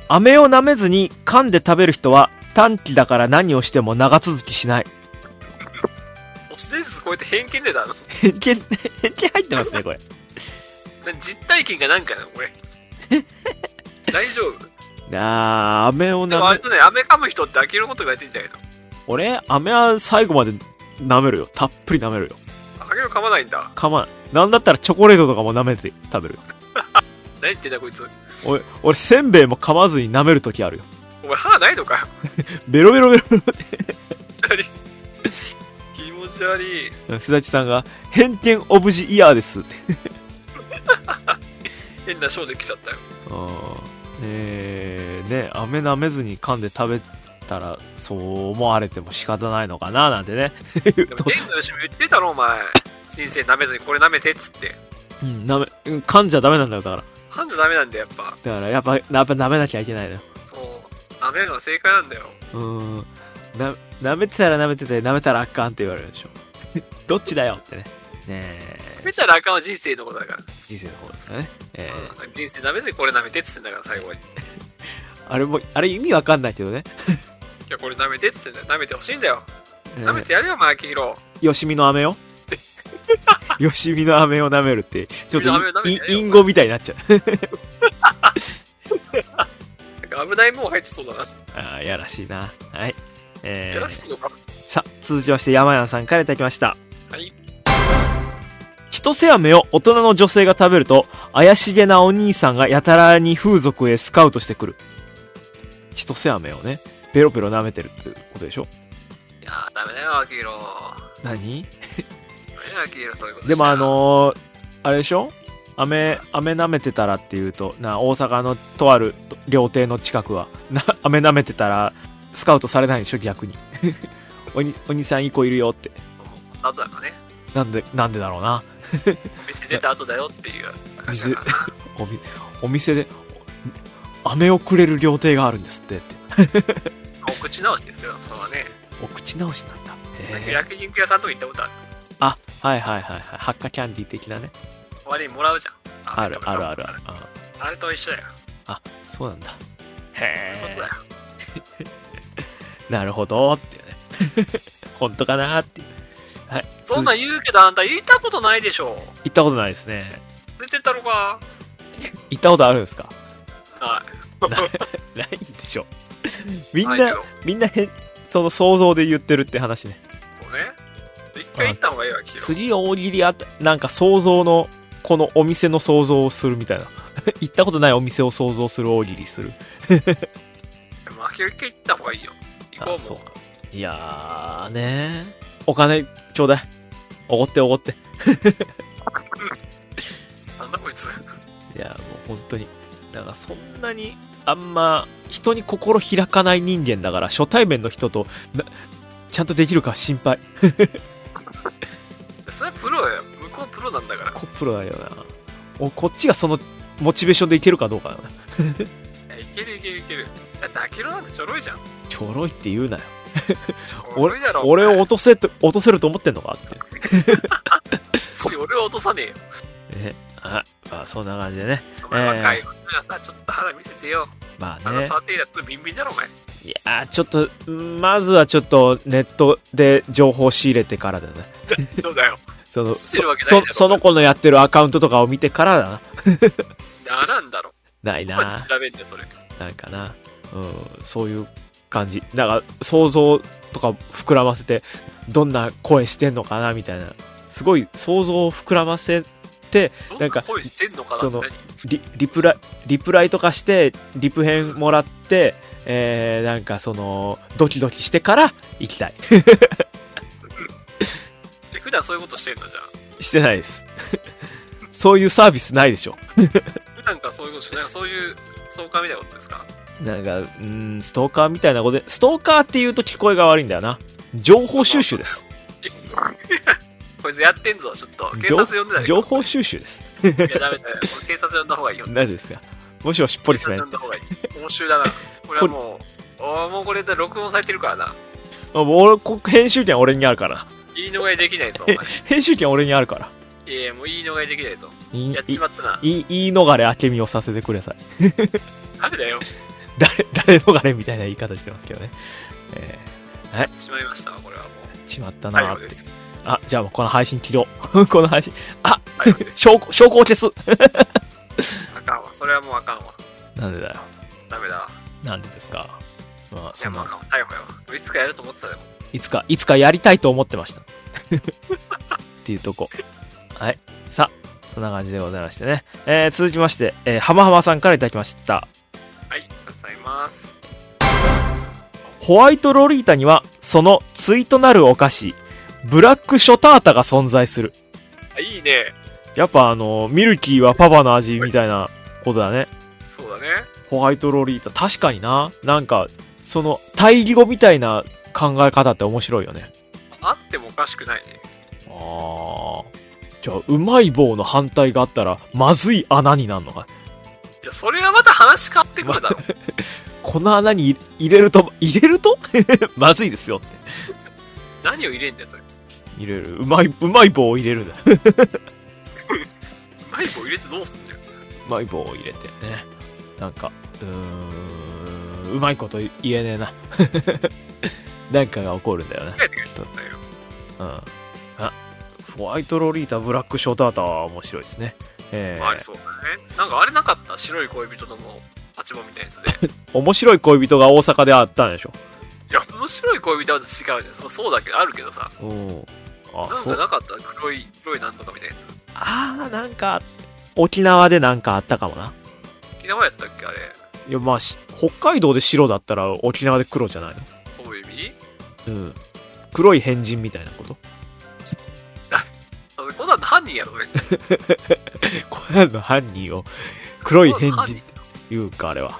Speaker 1: 飴を舐めずに噛んで食べる人は短期だから何をしても長続きしない。
Speaker 2: 都市伝説超えて偏見でだの。
Speaker 1: 偏見、偏見入ってますね、これ。
Speaker 2: 何実体験がなんかなの、 これ。大丈夫
Speaker 1: あー、飴を
Speaker 2: でもあ
Speaker 1: 舐め、
Speaker 2: れじゃない、雨噛む人って飽きること言われてんじゃないの
Speaker 1: 俺、飴は最後まで舐めるよ。たっぷり舐めるよ。
Speaker 2: あげる噛まないんだ。
Speaker 1: かまん。なんだったらチョコレートとかも舐めて食べるよ。
Speaker 2: 何言ってんだこいつ。
Speaker 1: 俺、俺、せんべいも噛まずに舐めるときあるよ。
Speaker 2: お前歯ないのかよ。
Speaker 1: ベロベロベロベ
Speaker 2: 気持ち悪い。
Speaker 1: ロ。すだちさんが、偏見オブジイヤーですって。
Speaker 2: 変な症で来ちゃ ったよ。
Speaker 1: うんえー、ね、飴舐めずに噛んで食べたら、そう思われても仕方ないのかな、なんてね。言う
Speaker 2: で
Speaker 1: と
Speaker 2: も、レンのよしも言ってたろ、お前。人生舐めずにこれ舐めてっつって。
Speaker 1: うん、舐め、うん噛んじゃダメなんだよ、だから。
Speaker 2: 歯のダメなんだよ、やっぱ。
Speaker 1: だから、やっぱ、やっぱ舐めなきゃいけないのよ。
Speaker 2: そう。舐めるのは正解なんだよ。
Speaker 1: うーんな舐めてたら舐めてて舐めたらあかんって言われるでしょ どっちだよってねねえ
Speaker 2: 舐めたらあかんは人生のことだから。
Speaker 1: 人生の方ですかね、えー
Speaker 2: うん人生舐めずにこれ舐めてっつってんだから、最後に。い
Speaker 1: あれもあれ意味わかんないけどね、
Speaker 2: や、これ舐めてっつってんだよ。舐めてほしいんだよ。
Speaker 1: えー
Speaker 2: 舐めてやるよ、お前、秋広。
Speaker 1: よしみの 飴をよしみの飴を舐めるってちょっ
Speaker 2: よしみの飴を舐
Speaker 1: と
Speaker 2: め
Speaker 1: い
Speaker 2: てやれよ
Speaker 1: い隠語みたいになっちゃう
Speaker 2: なんか危ないもん入ってそうだな。
Speaker 1: あーやらしいなはいえ
Speaker 2: やら
Speaker 1: ー
Speaker 2: しいのか。
Speaker 1: さあ続きまして山谷さんからいただきました
Speaker 2: はい。
Speaker 1: 一背飴を大人の女性が食べると怪しげなお兄さんがやたらに風俗へスカウトしてくる一背飴をねペロペロ舐めてるってことでしょ
Speaker 2: いやー、ダメだよ、秋広。
Speaker 1: 何
Speaker 2: ダメだよ、秋広、そういうこと
Speaker 1: で
Speaker 2: した
Speaker 1: も
Speaker 2: ら
Speaker 1: あ、のー、あれでしょ飴、飴舐めてたらっていうと、な、大阪のとある料亭の近くは、な、 飴舐めてたら、スカウトされないでしょ、逆に。 おに、お兄さんいい子いるよって。
Speaker 2: あとだからね。
Speaker 1: なんで、なんでだろうな。
Speaker 2: お店出た後だよっていう証だから。
Speaker 1: おみ、お店で、お飴をくれる料亭があるんですってって。
Speaker 2: お口直しですよ、それはね。
Speaker 1: お口直しなんだ。へ
Speaker 2: 焼肉屋さんとか行ったことある。
Speaker 1: あ、はいはいはいはい。ハッカキャンディー的なね。
Speaker 2: 終わりにもらうじゃん。
Speaker 1: あるあるあるある。
Speaker 2: あ
Speaker 1: あ
Speaker 2: あれと一緒だよ。
Speaker 1: そうなんだ。
Speaker 2: そういう
Speaker 1: へ
Speaker 2: ことだよ。
Speaker 1: え。なるほどっていうね。 本当かなっていう。はい。
Speaker 2: そんなん言うけど、あんた言ったことないでしょ。
Speaker 1: 行ったことないですね。
Speaker 2: 出てったろか。
Speaker 1: 行ったことあるんですか
Speaker 2: は
Speaker 1: ないでしょ。み
Speaker 2: い。
Speaker 1: ん
Speaker 2: ないけ
Speaker 1: な、
Speaker 2: ど
Speaker 1: みんな変、その想像で言ってるって話ね。
Speaker 2: そうね。一回行った方がいいわ、きっ
Speaker 1: 次大喜利あた、なんか想像の、このお店の想像をするみたいな。 行ったことないお店を想像する大喜利する。
Speaker 2: と。まあ、一回行った方がいいよ。行こ
Speaker 1: あ
Speaker 2: う
Speaker 1: そ
Speaker 2: も。
Speaker 1: うんか。いやーねお金ちょうだい。おごっておごって。
Speaker 2: なんだこいつ。
Speaker 1: いやもう本当に。だからそんなに、あんま、人に心開かない人間だから、初対面の人と、なちゃんとできるか心配。
Speaker 2: それはプロや。向こうプロなんだから。
Speaker 1: コプロだよな。おこっちがその、モチベーションでいけるかどうかだな。
Speaker 2: いやいけるいけるいける。だって、アキロなんてちょろいじゃん。
Speaker 1: ちょろいって言うなよ。
Speaker 2: ちょろ
Speaker 1: 俺
Speaker 2: いだろ。
Speaker 1: 俺を
Speaker 2: お前
Speaker 1: 落とせと、落とせると思ってんのかって。
Speaker 2: し俺を落とさねえよ。
Speaker 1: ね。あ、まあ、そんな感じでね。
Speaker 2: お前若い女がさ、ちょっと肌見せてよ。
Speaker 1: まあ
Speaker 2: 肌
Speaker 1: ね。
Speaker 2: 触っていいだとビンビンだろ、お前。
Speaker 1: いやーちょっと、まずはちょっと、ネットで情報仕入れてからだよね。
Speaker 2: そうだよ。
Speaker 1: その、
Speaker 2: 知ってるわけないだ
Speaker 1: そ
Speaker 2: ろ
Speaker 1: その子のやってるアカウントとかを見てからだな。
Speaker 2: ならんだろ。
Speaker 1: ない
Speaker 2: どこま
Speaker 1: な
Speaker 2: で。調べんだよ、それ。
Speaker 1: なんかな。うん、そういう感じ。だから、想像とか膨らませて、どんな声してんのかな、みたいな。すごい、想像を膨らませて、な
Speaker 2: ど
Speaker 1: ん
Speaker 2: ん
Speaker 1: か
Speaker 2: な声してんのかな
Speaker 1: そ
Speaker 2: って
Speaker 1: の
Speaker 2: 何
Speaker 1: リリプライ、リプライとかして、リプ編もらって、えー、なんかその、ドキドキしてから行きたい。
Speaker 2: え普段そういうことしてんのじゃ
Speaker 1: してないです。 そういうサービスないでしょ。
Speaker 2: あ。普段からそういうことしない。そういう、ストーカーみたいなことですか
Speaker 1: なんか、うーん、ストーカーみたいなことで、ストーカーって言うと聞こえが悪いんだよな。情報収集です。
Speaker 2: こいつやってんぞ、ちょっと。警察呼んでた
Speaker 1: 情報収集です。
Speaker 2: いや、ダメだ よ。俺警察呼んだ方がいいよ。
Speaker 1: なぜですかもしもし、ポリ
Speaker 2: 警
Speaker 1: スね
Speaker 2: 察呼。んだ方がいい。応酬 だな。これはもう、あーもうこれで録音されてるからな。
Speaker 1: あもう俺こ編集権俺にあるから。
Speaker 2: 言い逃れできないぞ、お前。
Speaker 1: 編集権俺にあるから。
Speaker 2: いやいや、もう言い逃れできないぞ。
Speaker 1: いい
Speaker 2: やっちまったな。
Speaker 1: いい言い逃れ明美をさせてください。
Speaker 2: 誰だよ。
Speaker 1: 誰、誰 逃れみたいな言い方してますけどね。え
Speaker 2: しまいましたわ、これはも
Speaker 1: ー、しまった
Speaker 2: う。
Speaker 1: な
Speaker 2: 逮
Speaker 1: ー
Speaker 2: 捕
Speaker 1: って
Speaker 2: で。す。
Speaker 1: あ、じゃあもうこの配信切ろう。 この配信、
Speaker 2: 逮捕です。
Speaker 1: 証拠、証拠を消す
Speaker 2: あかんわ。それはもうあかんわ。
Speaker 1: なんでだよ。
Speaker 2: ダメだわ。
Speaker 1: なんでですか。まあ、
Speaker 2: い
Speaker 1: そ
Speaker 2: や、
Speaker 1: ん
Speaker 2: もうあ
Speaker 1: な、
Speaker 2: かんわ。逮捕やわ。いつかやると思ってたでも。
Speaker 1: いつか、いつかやりたいと思ってま した。っていうとこ。はい。さあ、そんな感じでございましてね。えー、続きまして、えー、浜浜さんからいただきました。
Speaker 2: はい、ありがとうございます。
Speaker 1: ホワイトロリータには、その対となるお菓子、ブラックショタータが存在する。
Speaker 2: あ、いいね。
Speaker 1: やっぱあの、ミルキーはパパの味みたいなことだね。
Speaker 2: そうだね。
Speaker 1: ホワイトロリータ、確かにな。なんか、その、対義語みたいな考え方って面白いよね。
Speaker 2: あってもおかしくないね。
Speaker 1: ああ。じゃあ、うまい棒の反対があったら、まずい穴になるのか。
Speaker 2: いや、それはまた話変わってくるだろ。
Speaker 1: この穴に入入れると、入れると まずいですよって。
Speaker 2: 何を入れんだよ、それ。う
Speaker 1: 入れる。うまい、うまい棒を入れるんだ。
Speaker 2: まい棒入れてどうすんだよ。
Speaker 1: うまい棒を入れてね。なんか、うーん、うまいこと言えねえな。 なんかが起こるんだよね。
Speaker 2: 考えてくれたんだよ。
Speaker 1: うん。あ、ホワイトロリータ、ブラックショーターターは面白いですね。え
Speaker 2: まああり
Speaker 1: ー、
Speaker 2: そうだね。なんかあれなかった白い恋人との立場みたいなやつで。
Speaker 1: 面白い恋人が大阪であったんでしょ。
Speaker 2: いや、面白い恋人は違うね。そうそうだけど、あるけどさ。
Speaker 1: うん。あ
Speaker 2: な、
Speaker 1: そ
Speaker 2: んか
Speaker 1: う。
Speaker 2: なかった黒い、黒いなんとかみたいなや
Speaker 1: あー、なんか、沖縄でなんかあったかもな。
Speaker 2: つ。沖縄やったっけあれ。
Speaker 1: いや、まあ、し北海道で白だったら沖縄で黒じゃない
Speaker 2: そういう意味
Speaker 1: のうん。黒い変人みたいなこと。
Speaker 2: あこんなの犯人やろ、ね、
Speaker 1: これの犯人を 黒い変
Speaker 2: こんなの
Speaker 1: 人いうかあれは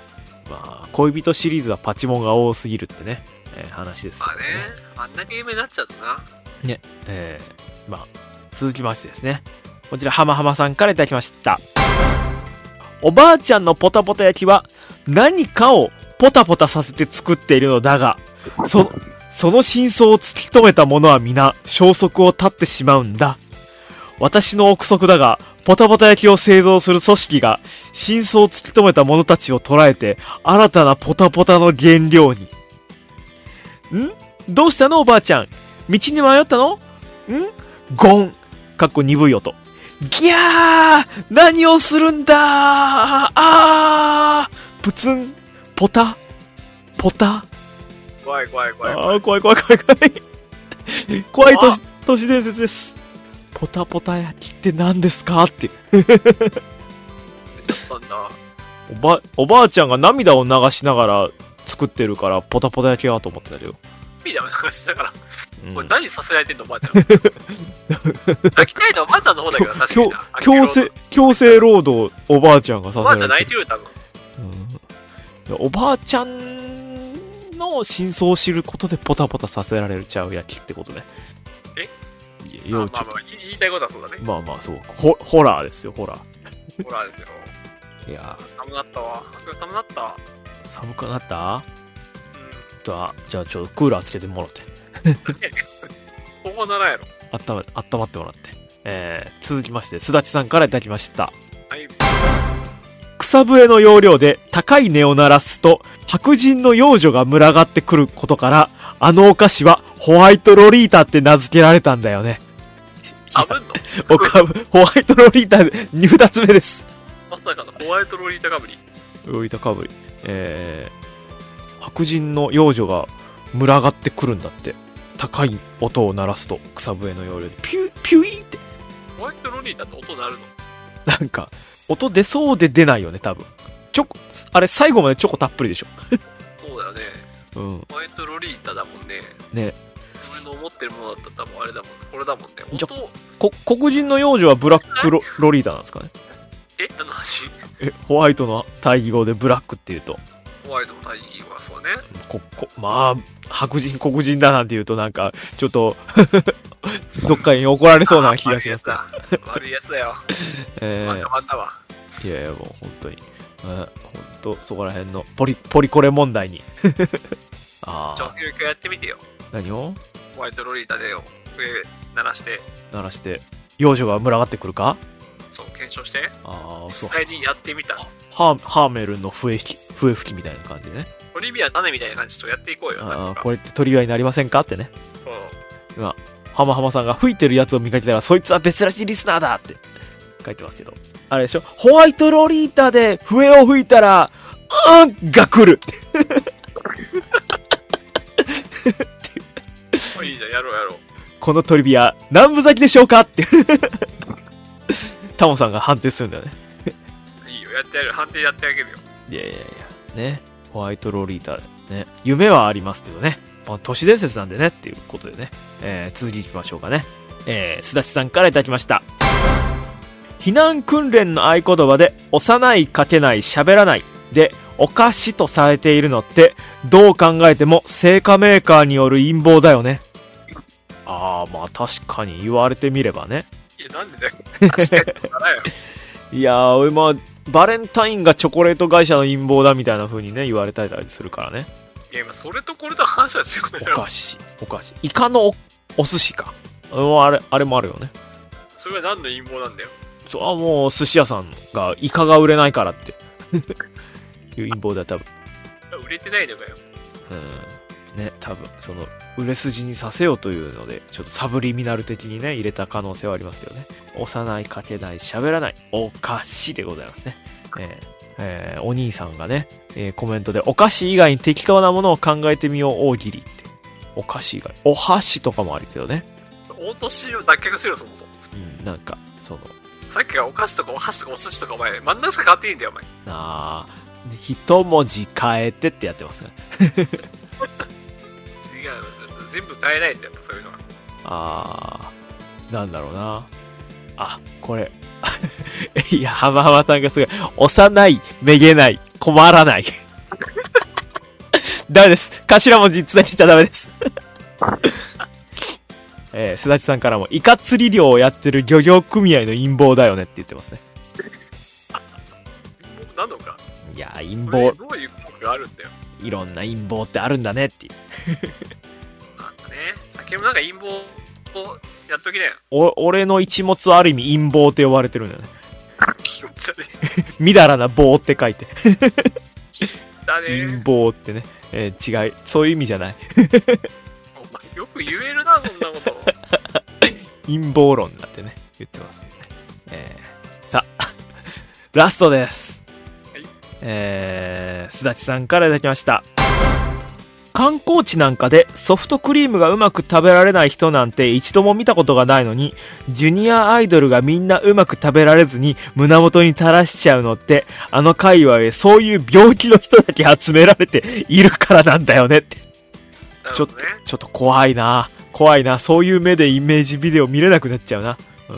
Speaker 1: まあ恋人シリーズはパチモンが多すぎるってね、えー話です
Speaker 2: ま
Speaker 1: か
Speaker 2: あ
Speaker 1: ら
Speaker 2: ね
Speaker 1: ね、
Speaker 2: あんだけ有名になっちゃうとな。
Speaker 1: えーまあ続きましてですねこちら浜浜さんからいただきましたおばあちゃんのポタポタ焼きは何かをポタポタさせて作っているのだがそその真相を突き止めた者は皆消息を絶ってしまうんだ私の憶測だがポタポタ焼きを製造する組織が真相を突き止めた者たちを捕らえて、新たなポタポタの原料に。んどうしたのおばあちゃん。道に迷ったのんゴン。かっこ鈍い音。ギャー何をするんだーあープツン。ポタ。ポタ。
Speaker 2: 怖い怖い怖い。
Speaker 1: あー怖い怖い怖い怖い。怖い都市都市伝説です。ポタポタ焼きって何ですかって。
Speaker 2: ちょっとなんだ。
Speaker 1: おば、おばあちゃんが涙を流しながら作ってるから、ポタポタ焼きはと思ってたけど。
Speaker 2: 涙を流しながら、
Speaker 1: うん
Speaker 2: これ何させられてんの、おばあ ちゃん。泣きたいのはおばあちゃんの方だけど、確かにな。
Speaker 1: 強制、強制労働、おばあちゃんがさ
Speaker 2: おばあちゃん泣いてるよ、多分。
Speaker 1: うんおばあちゃんの真相を知ることでポタポタさせられるちゃう焼きってことね。
Speaker 2: え
Speaker 1: いや
Speaker 2: ま
Speaker 1: 要
Speaker 2: あまあ
Speaker 1: 注
Speaker 2: まあ、言いたいことはそうだね
Speaker 1: 意。まあまあ、そう。ホホラーですよ、ホラ
Speaker 2: ホラーですよ。
Speaker 1: ー。いや
Speaker 2: 寒なったわ。寒なったわ。
Speaker 1: ー寒くなった
Speaker 2: う
Speaker 1: じゃあ、じゃあちょっとクーラーつけてもろって。
Speaker 2: ん。ここならんやろ。
Speaker 1: 温め、温まってもらって。えー、続きまして、すだちさんからいただきました。
Speaker 2: はい。
Speaker 1: 草笛の要領で高い音を鳴らすと白人の幼女が群がってくることからあのお菓子はホワイトロリータって名付けられたんだよね
Speaker 2: あぶん の
Speaker 1: おかぶホワイトロリータ2つ目です
Speaker 2: まさかのホワイトロリータかぶり。
Speaker 1: ロリータかぶりえー、白人の幼女が群がってくるんだって高い音を鳴らすと草笛の要領でピューピュイーって
Speaker 2: ホワイトロリータって音鳴るの
Speaker 1: なんか音出そうで出ないよね多分チョコあれ最後までチョコたっぷりでしょ
Speaker 2: そうだよね。
Speaker 1: うん
Speaker 2: ホワイトロリータだもんね。
Speaker 1: ね
Speaker 2: 俺の思ってるものだったら多分あれだもんね。これだもんね。
Speaker 1: じゃ
Speaker 2: 音、
Speaker 1: こ黒人の幼女はブラックロロリータなんですかね
Speaker 2: え何の話
Speaker 1: えホワイトの対義語でブラックっていうと
Speaker 2: ホワイドも大義はそうね。
Speaker 1: ここまあ白人黒人だなんて言うとなんかちょっ とどっかに怒られそうな気がしますか、
Speaker 2: あ悪いやつだ。悪いやつだよ。
Speaker 1: え
Speaker 2: またまたわ。
Speaker 1: ー、いやいやもう本当に、えー、本当そこら辺のポリポリコレ問題 にあ
Speaker 2: ちょ
Speaker 1: あ
Speaker 2: っと一回やってみてよ。
Speaker 1: 何を
Speaker 2: ホワイトロリータでよ。笛鳴らして、
Speaker 1: 鳴らして幼女が群がってくるか
Speaker 2: そう、検証して。
Speaker 1: ああ
Speaker 2: 実
Speaker 1: そう
Speaker 2: 際にやってみた。
Speaker 1: ハーハーメルンの笛吹き笛吹きみたいな感じでね
Speaker 2: オリビア種みたいな感じでちょっとやっていこうよ。 な
Speaker 1: あ
Speaker 2: ん
Speaker 1: あ
Speaker 2: か
Speaker 1: これってトリビアになりませんかってね
Speaker 2: そう。
Speaker 1: ハマハマさんが吹いてるやつを見かけたら、そいつは別らしいリスナーだって書いてますけど。あれでしょホワイトロリータで笛を吹いたら、うんが来るって
Speaker 2: あいいじゃん、やろうやろう。
Speaker 1: このトリビア、南部咲きでしょうかって。タモさんが判定するんだよね。
Speaker 2: いいよ、やってやる。判定やってあげるよ。
Speaker 1: いやいやいや、ね。ホワイトロリータで、ね。夢はありますけどね。まあ、都市伝説なんでねっていうことでね。えー、続きいきましょうかね。えー、すだちさんからいただきました。避難訓練の合言葉で、幼い、勝てない、喋らない、で、お菓子とされているのって、どう考えても、成果メーカーによる陰謀だよね。あー、まあ確かに言われてみればね。
Speaker 2: いや、なんでだよ。確かにそうだよ。
Speaker 1: いやー、俺まあ、バレンタインがチョコレート会社の陰謀だみたいな風にね、言われたりするからね。
Speaker 2: いや、今、それとこれと話は違う
Speaker 1: お
Speaker 2: だよ。
Speaker 1: 菓子、お菓子。イカのおお寿司か。うんあれ、あれもあるよね。
Speaker 2: それは何の陰謀なんだよ。
Speaker 1: そう、あ、もう寿司屋さんがイカが売れないからって。いう陰謀だよ、多分。
Speaker 2: 売れてないのかよ。
Speaker 1: うん。ね、多分、その、売れ筋にさせようというので、ちょっとサブリミナル的にね、入れた可能性はありますよね。幼い、かけない、喋らない、お菓子でございますね。えーえーお兄さんがね、えーコメントで、お菓子以外に適当なものを考えてみよう、大喜利って。お菓子以外。お箸とかもあるけどね。
Speaker 2: 落としを脱却しろ、そもそも。
Speaker 1: うん、なんか、その、
Speaker 2: さっきからお菓子とかお箸とかお寿司とかお前、真ん中しか買っていいんだよ、お前。
Speaker 1: なあ、一文字変えてってやってますね。
Speaker 2: 違うのそれそれ全部買えないんだよ、やっぱそういうのは。
Speaker 1: あー、なんだろうな。あ、これ。 いや、浜浜さんがすごい。幼い、めげない、困らない。 ダメです。頭文字伝えてちゃダメです。 えー、すだちさんからも、イカ釣り漁をやってる漁業組合の陰謀だよねって言ってますね。
Speaker 2: 陰謀なのか。
Speaker 1: いやー、陰
Speaker 2: そ
Speaker 1: 謀
Speaker 2: れに、どういう効果があるんだよ。
Speaker 1: いろんな陰謀ってあるんだねっていう。
Speaker 2: なんかね、酒もなんか陰謀をやっときなよ。
Speaker 1: お、俺の一物はある意味陰謀って呼ばれてるんだよね。
Speaker 2: 気持ち悪い。
Speaker 1: みだらな棒って書いて。
Speaker 2: だ
Speaker 1: 陰
Speaker 2: ね。
Speaker 1: 謀ってね。えー違い、そういう意味じゃない。
Speaker 2: お前よく言えるな、そんなこと。
Speaker 1: 陰謀論だってね、言ってますもんね。えー、さあ、 ラストです。
Speaker 2: はい
Speaker 1: えー、すだちさんからいただきました。観光地なんかでソフトクリームがうまく食べられない人なんて一度も見たことがないのに、ジュニアアイドルがみんなうまく食べられずに胸元に垂らしちゃうのって、あの界隈へそういう病気の人だけ集められているからなんだよねって。
Speaker 2: なる
Speaker 1: ちょ
Speaker 2: ほ
Speaker 1: っと
Speaker 2: どね。、
Speaker 1: ちょっと怖いな。怖いな。そういう目でイメージビデオ見れなくなっちゃうな。うん。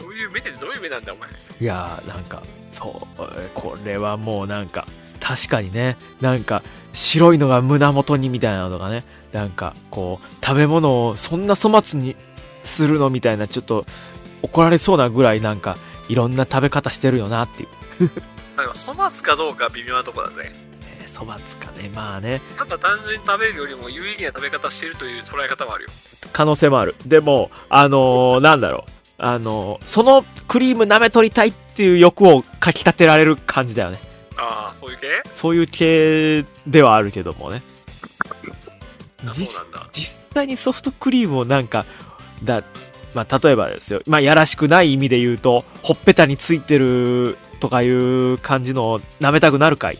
Speaker 2: そういう目ってどういう目なんだ、お前。
Speaker 1: いやー、なんか、そう、えーこれはもうなんか、確かにね、なんか、白いのが胸元にみたいなのがね、なんか、こう、食べ物をそんな粗末にするのみたいな、ちょっと、怒られそうなぐらいなんか、いろんな食べ方してるよなっていう。
Speaker 2: まあでも、粗末かどうかは微妙なとこだぜ。
Speaker 1: えー粗末かね、まあね。
Speaker 2: ただ単純に食べるよりも有意義な食べ方してるという捉え方もあるよ。
Speaker 1: 可能性もある。でも、あのーなんだろう。あのーそのクリーム舐め取りたいっていう欲をかき立てられる感じだよね。
Speaker 2: ああ、そういう系
Speaker 1: そういう系ではあるけどもね。
Speaker 2: あそう
Speaker 1: 実
Speaker 2: なんだ。
Speaker 1: 実際にソフトクリームをなんか、だ、まあ、例えばですよ。まあ、やらしくない意味で言うと、ほっぺたについてるとかいう感じのを舐めたくなるかい。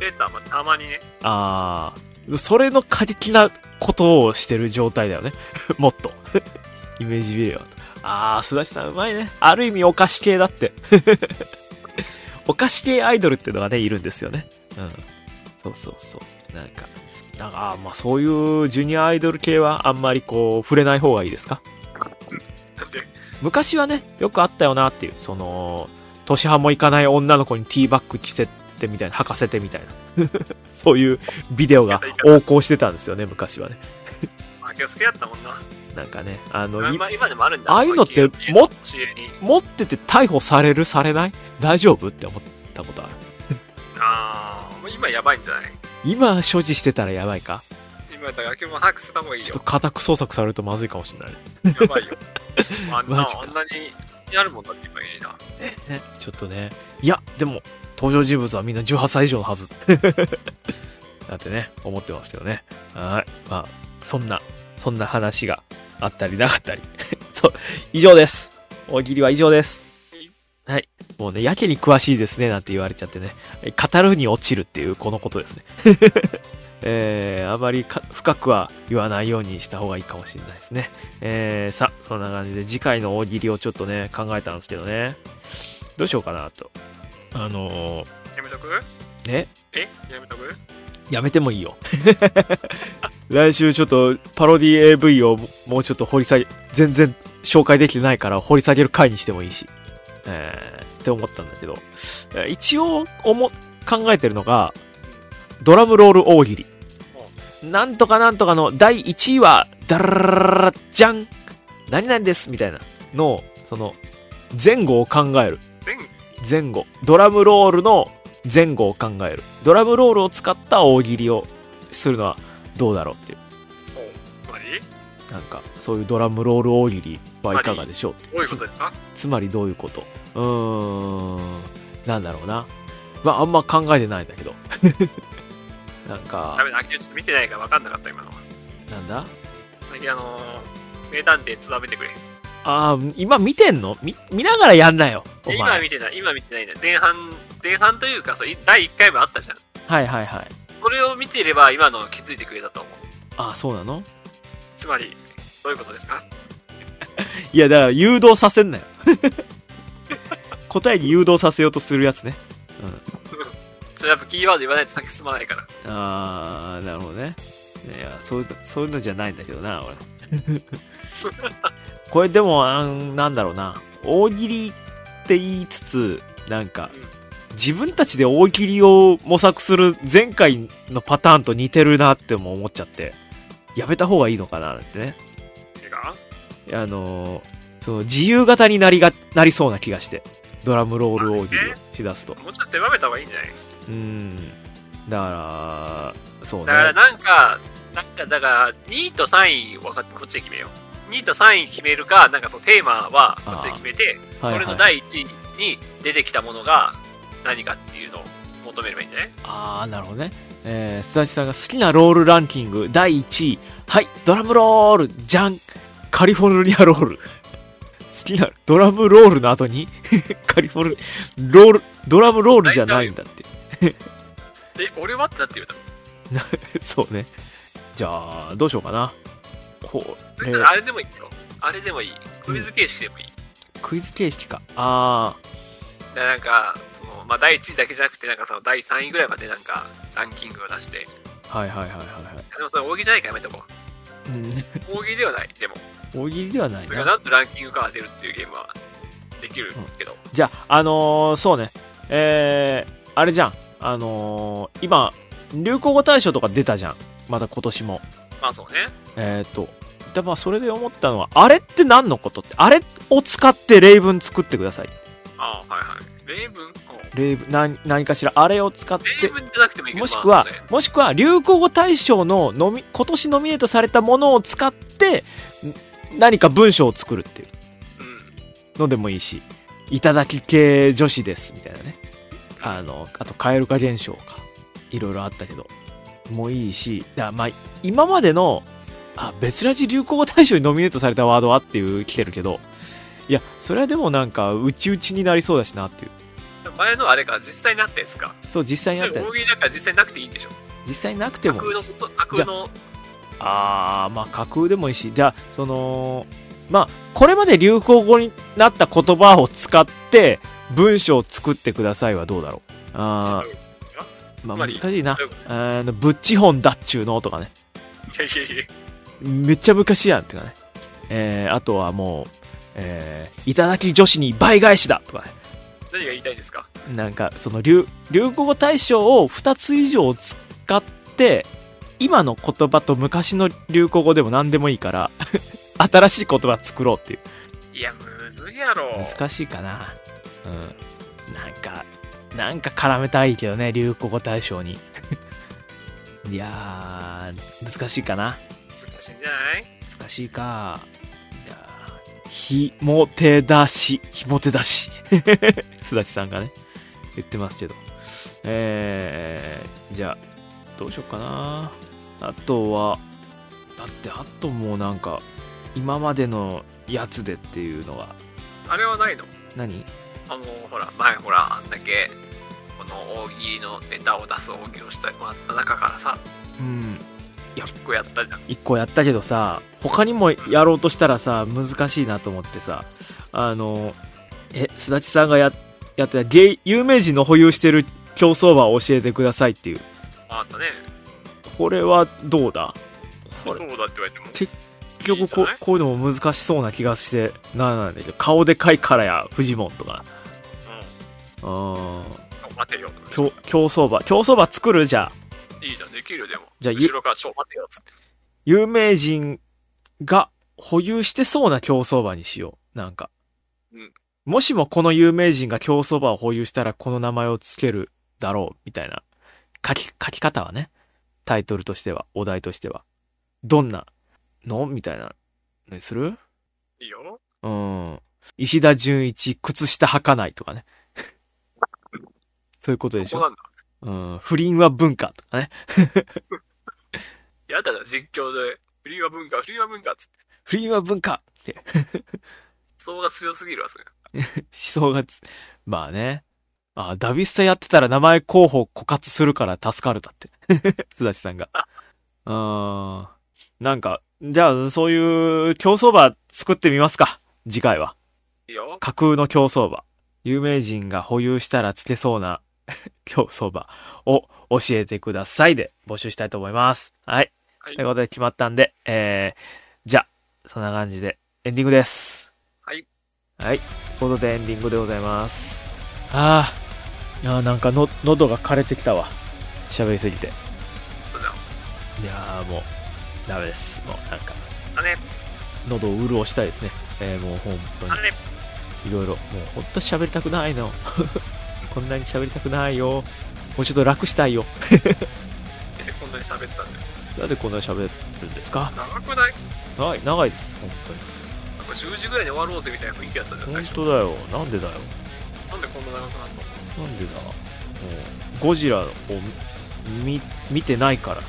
Speaker 2: データ、まあ、たまにね。
Speaker 1: あー、それの過激なことをしてる状態だよね。 もっと。イメージビデオ。あー、すだちさんうまいね。ある意味お菓子系だって。 お菓子系アイドルってのがね、いるんですよね。うん。そうそうそう。なんか、なんか、あーまあそういうジュニアアイドル系はあんまりこう、触れない方がいいですか
Speaker 2: なんで、
Speaker 1: 昔はね、よくあったよなっていう、その、年派もいかない女の子にティーバッグ着せってみたいな、吐かせてみたいな。 そういうビデオが横行してたんですよね、昔はね。
Speaker 2: あ、気が好きだったもんな。
Speaker 1: なんかね、あの、い
Speaker 2: 今今でもあるんだ。
Speaker 1: ああいうのってもっ
Speaker 2: っ知り合いに。
Speaker 1: 持ってて逮捕されるされない大丈夫って思ったことある。
Speaker 2: ああ、もう今やばいんじゃない
Speaker 1: 今所持してたらやばいか
Speaker 2: 今だから、今も早く捨てた方がいい
Speaker 1: ちょっと
Speaker 2: よ。
Speaker 1: 家宅捜索されるとまずいかもしれない。
Speaker 2: やば いよ。あん
Speaker 1: マ
Speaker 2: な、
Speaker 1: ジか
Speaker 2: あんなに、やるもんだって今いいな。
Speaker 1: ね、ちょっとね。いや、でも、登場人物はみんな18歳以上のはず。 だってね、思ってますけどね。はい。まあ、そんな、そんな話があったりなかったり。 そう、以上です。大喜利は以上です。はい。もうね、やけに詳しいですね、なんて言われちゃってね。語るに落ちるっていう、このことですね。 えー、あまりか深くは言わないようにした方がいいかもしれないですね。えー、さ、そんな感じで次回の大喜利をちょっとね、考えたんですけどね。どうしようかなと。あの
Speaker 2: やめとく
Speaker 1: ー、ね、
Speaker 2: えやめとく
Speaker 1: やめてもいいよ。来週ちょっとパロディ AV をもうちょっと掘り下げ、全然紹介できてないから掘り下げる回にしてもいいし。えー、って思ったんだけど。えー一応、おも、考えてるのが、ドラムロール大喜利。なんとかなんとかの第1位は、ダラララララじゃん何々ですみたいなのを、その、前後を考える。前
Speaker 2: 全
Speaker 1: 後ドラムロールの前後を考えるドラムロールを使った大喜利をするのはどうだろうっていう
Speaker 2: つまり
Speaker 1: なんかそういうドラムロール大喜利はいかがでしょう
Speaker 2: どういうことですか
Speaker 1: つまりどういうことうーんなんだろうなまああんま考えてないんだけど なん
Speaker 2: ダ
Speaker 1: か
Speaker 2: メだ、秋ちょっと見てないから分かんなかった、今のは。
Speaker 1: なんだ
Speaker 2: あのー、名探偵つばめてくれ。
Speaker 1: あー今見てんの見見ながらやんなよお前
Speaker 2: 今は見てない、今は見てないんだ。前半、前半というか、そうい第1回もあったじゃん。
Speaker 1: はいはいはい
Speaker 2: それを見ていれば、今の気づいてくれたと思う。
Speaker 1: あーそうなの
Speaker 2: つまり、どういうことですか
Speaker 1: いや、だから誘導させんなよ。 答えに誘導させようとするやつね。
Speaker 2: それやっぱキーワード言わないと先進まないから。
Speaker 1: あー、なるほどね。いや、そういうの、そういうのじゃないんだけどな、俺。 これでも、あんなんだろうな。大喜利って言いつつ、なんか、自分たちで大喜利を模索する前回のパターンと似てるなっても思っちゃって、やめた方がいいのかな、ってね。
Speaker 2: 映画
Speaker 1: あのーその自由型になりが、なりそうな気がして。ドラムロール大喜利をしだすと。
Speaker 2: もうちょっと狭めた方がいいんじゃない
Speaker 1: うん。だから、そう
Speaker 2: だ
Speaker 1: ね
Speaker 2: か。らなんか、なんかだから、2位と3位を分かって、こっちで決めよう。2位と3位決めるか、なんかそのテーマはこっちで決めて、
Speaker 1: はい
Speaker 2: それ
Speaker 1: は
Speaker 2: の
Speaker 1: い
Speaker 2: 第1位に出てきたものが何かっていうのを求めればいいんじゃない
Speaker 1: あー、なるほどね。えー、須田さんが好きなロールランキング第1位。はい、ドラムロール、じゃんカリフォルニアロール。好 きなドラムロールの後に カリフォルニロール、ドラムロールじゃないんだって。
Speaker 2: え、俺はってなって言うだろ。
Speaker 1: そうね。じゃあ、どうしようかな。こう、えー
Speaker 2: あれでもいいよ。あれでもいい。クイズ形式でもいい。
Speaker 1: クイズ形式か。あー、
Speaker 2: でなんか、その、まあ、第1位だけじゃなくて、なんかその第3位ぐらいまでなんか、ランキングを出して。
Speaker 1: はいはいはいはいはい。
Speaker 2: でもそれ大喜利じゃないからやめとこ
Speaker 1: う
Speaker 2: う。大喜利ではない、でも。
Speaker 1: ん、大喜利ではない
Speaker 2: それが
Speaker 1: な。
Speaker 2: なんとランキングから出るっていうゲームは、できるけど。
Speaker 1: じゃあ、あのーそうね、えー、あれじゃん、あのー今、流行語大賞とか出たじゃん。また今年も。
Speaker 2: まあそうね。
Speaker 1: えっ、と、でまあ、それで思ったのは、あれって何のことって、あれを使って例文作ってください。
Speaker 2: ああ、はいはい。例文うん
Speaker 1: 例文、何、何かしら、あれを使っ
Speaker 2: 例
Speaker 1: て、
Speaker 2: 文じゃなくてもいいけど、
Speaker 1: もしくは
Speaker 2: まあそうね、
Speaker 1: もしくは、流行語大賞のノミ、今年ノミネートされたものを使って、ん何か文章を作るっていう
Speaker 2: うん。
Speaker 1: のでもいいし、いただき系女子です、みたいなね。あの、あと、蛙化現象か。いろいろあったけど。もういいし、だまあ、今までの、あ、別ラジ流行語大賞にノミネートされたワードはっていう来てるけど、いや、それはでもなんか、うちうちになりそうだしなっていう。
Speaker 2: 前のあれか、実際になったやつか。
Speaker 1: そう、実際にあ
Speaker 2: 大
Speaker 1: ったやつ
Speaker 2: 喜利だから実際なくていいんでしょ。
Speaker 1: 実際なくて
Speaker 2: 架
Speaker 1: も
Speaker 2: 空。のこと、架空の、
Speaker 1: あー、まあ、架空でもいいし、じゃあ、その、まあ、これまで流行語になった言葉を使って、文章を作ってくださいはどうだろう。あー、まあ、
Speaker 2: つま
Speaker 1: 難
Speaker 2: り
Speaker 1: しいな
Speaker 2: どう。いうこと
Speaker 1: あの、ぶっちほんだっちゅうのとかね。
Speaker 2: いやいやいや、
Speaker 1: めっちゃ昔やんっていうかね。えー、あとはもう、えー、いただき女子に倍返しだとかね。
Speaker 2: 何が言いたいんですか
Speaker 1: なんかその流流行語大賞を2つ以上使って今の言葉と昔の流行語でも何でもいいから 新しい言葉作ろうっていう
Speaker 2: いや、むずいやろ。
Speaker 1: 難しいかなうんなんかなんか絡めたいけどね流行語大賞に いやー難しいかな
Speaker 2: 難しいんじゃない
Speaker 1: 難しいかいやーひもてだしひもてだし すだちさんがね言ってますけどえー、じゃあどうしようかなあとはだってあともうなんか今までのやつでっていうのは
Speaker 2: あれはないの
Speaker 1: 何
Speaker 2: あの、ほら、前ほら、あんだけ、この大喜利のネタを出す大喜利をした中からさ、
Speaker 1: うん
Speaker 2: 1個やったじゃん。
Speaker 1: 1個やったけどさ他にもやろうとしたらさ難しいなと思ってさあのえすだちさんがややってたゲイ有名人の保有してる競走馬を教えてくださいっていう
Speaker 2: あったね。
Speaker 1: これはどうだ
Speaker 2: ど
Speaker 1: こ
Speaker 2: う
Speaker 1: れ
Speaker 2: だって言われても。
Speaker 1: 結局こ
Speaker 2: いいんじゃないう
Speaker 1: こういうのも難しそうな気がしてななんだけど顔でかいからやフジモンとかうん
Speaker 2: うん。待てよ。
Speaker 1: 競競走馬競走馬作るじゃあ
Speaker 2: いいじゃん、できるよ、でも。
Speaker 1: じゃあゆ
Speaker 2: 後ろから、ちょ、待てよ、つって。
Speaker 1: 有名人が保有してそうな競走馬にしよう。なんか。
Speaker 2: うん
Speaker 1: もしもこの有名人が競走馬を保有したらこの名前を付けるだろう、みたいな。書き、書き方はね。タイトルとしては、お題としては。どんなのみたいな。にする
Speaker 2: いいよ。
Speaker 1: うん。石田純一、靴下履かないとかね。 そういうことでし
Speaker 2: そ
Speaker 1: ょ
Speaker 2: こ。なんだ。
Speaker 1: うん。不倫は文化とかね。
Speaker 2: やだな、実況で。フリーは文化、フリーは文化、つって。
Speaker 1: 不倫は文化って。
Speaker 2: そうが強すぎるわ、それ。
Speaker 1: 思想がつ、まあね。あ、ダビスタやってたら名前候補枯渇するから助かるだって。 すだちさんが。うーん。なんか、じゃあ、そういう競走馬作ってみますか。次回は。
Speaker 2: いいよ。
Speaker 1: 架空の競走馬。有名人が保有したらつけそうな 競走馬を教えてくださいで募集したいと思います。はい。
Speaker 2: はい
Speaker 1: ということで決まったんで、えー、じゃあ、そんな感じでエンディングです。
Speaker 2: はい。
Speaker 1: はい。ということでエンディングでございます。あー、いやーなんかの、喉が枯れてきたわ。喋りすぎて。
Speaker 2: そうだよ。
Speaker 1: いやーもう、ダメです。もうなんか、
Speaker 2: あれ、
Speaker 1: 喉を潤したいですね。えー、もう本当に
Speaker 2: あ。れ、
Speaker 1: いろいろ、もうほんと喋りたくないの。 こんなに喋りたくないよ。もうちょっと楽したいよ。
Speaker 2: こんなに喋ってたんだよ。
Speaker 1: なんでこんなに喋るんですか
Speaker 2: 長くない
Speaker 1: はい、長いです、本
Speaker 2: なんか10時ぐらいに終わろうぜみたいな雰囲気だったじゃん、
Speaker 1: 当
Speaker 2: 最
Speaker 1: に。
Speaker 2: 初。
Speaker 1: 本当だよ。なんでだよ。
Speaker 2: なんでこんな長くなったの
Speaker 1: なんでだもう、ゴジラを見、見てないから。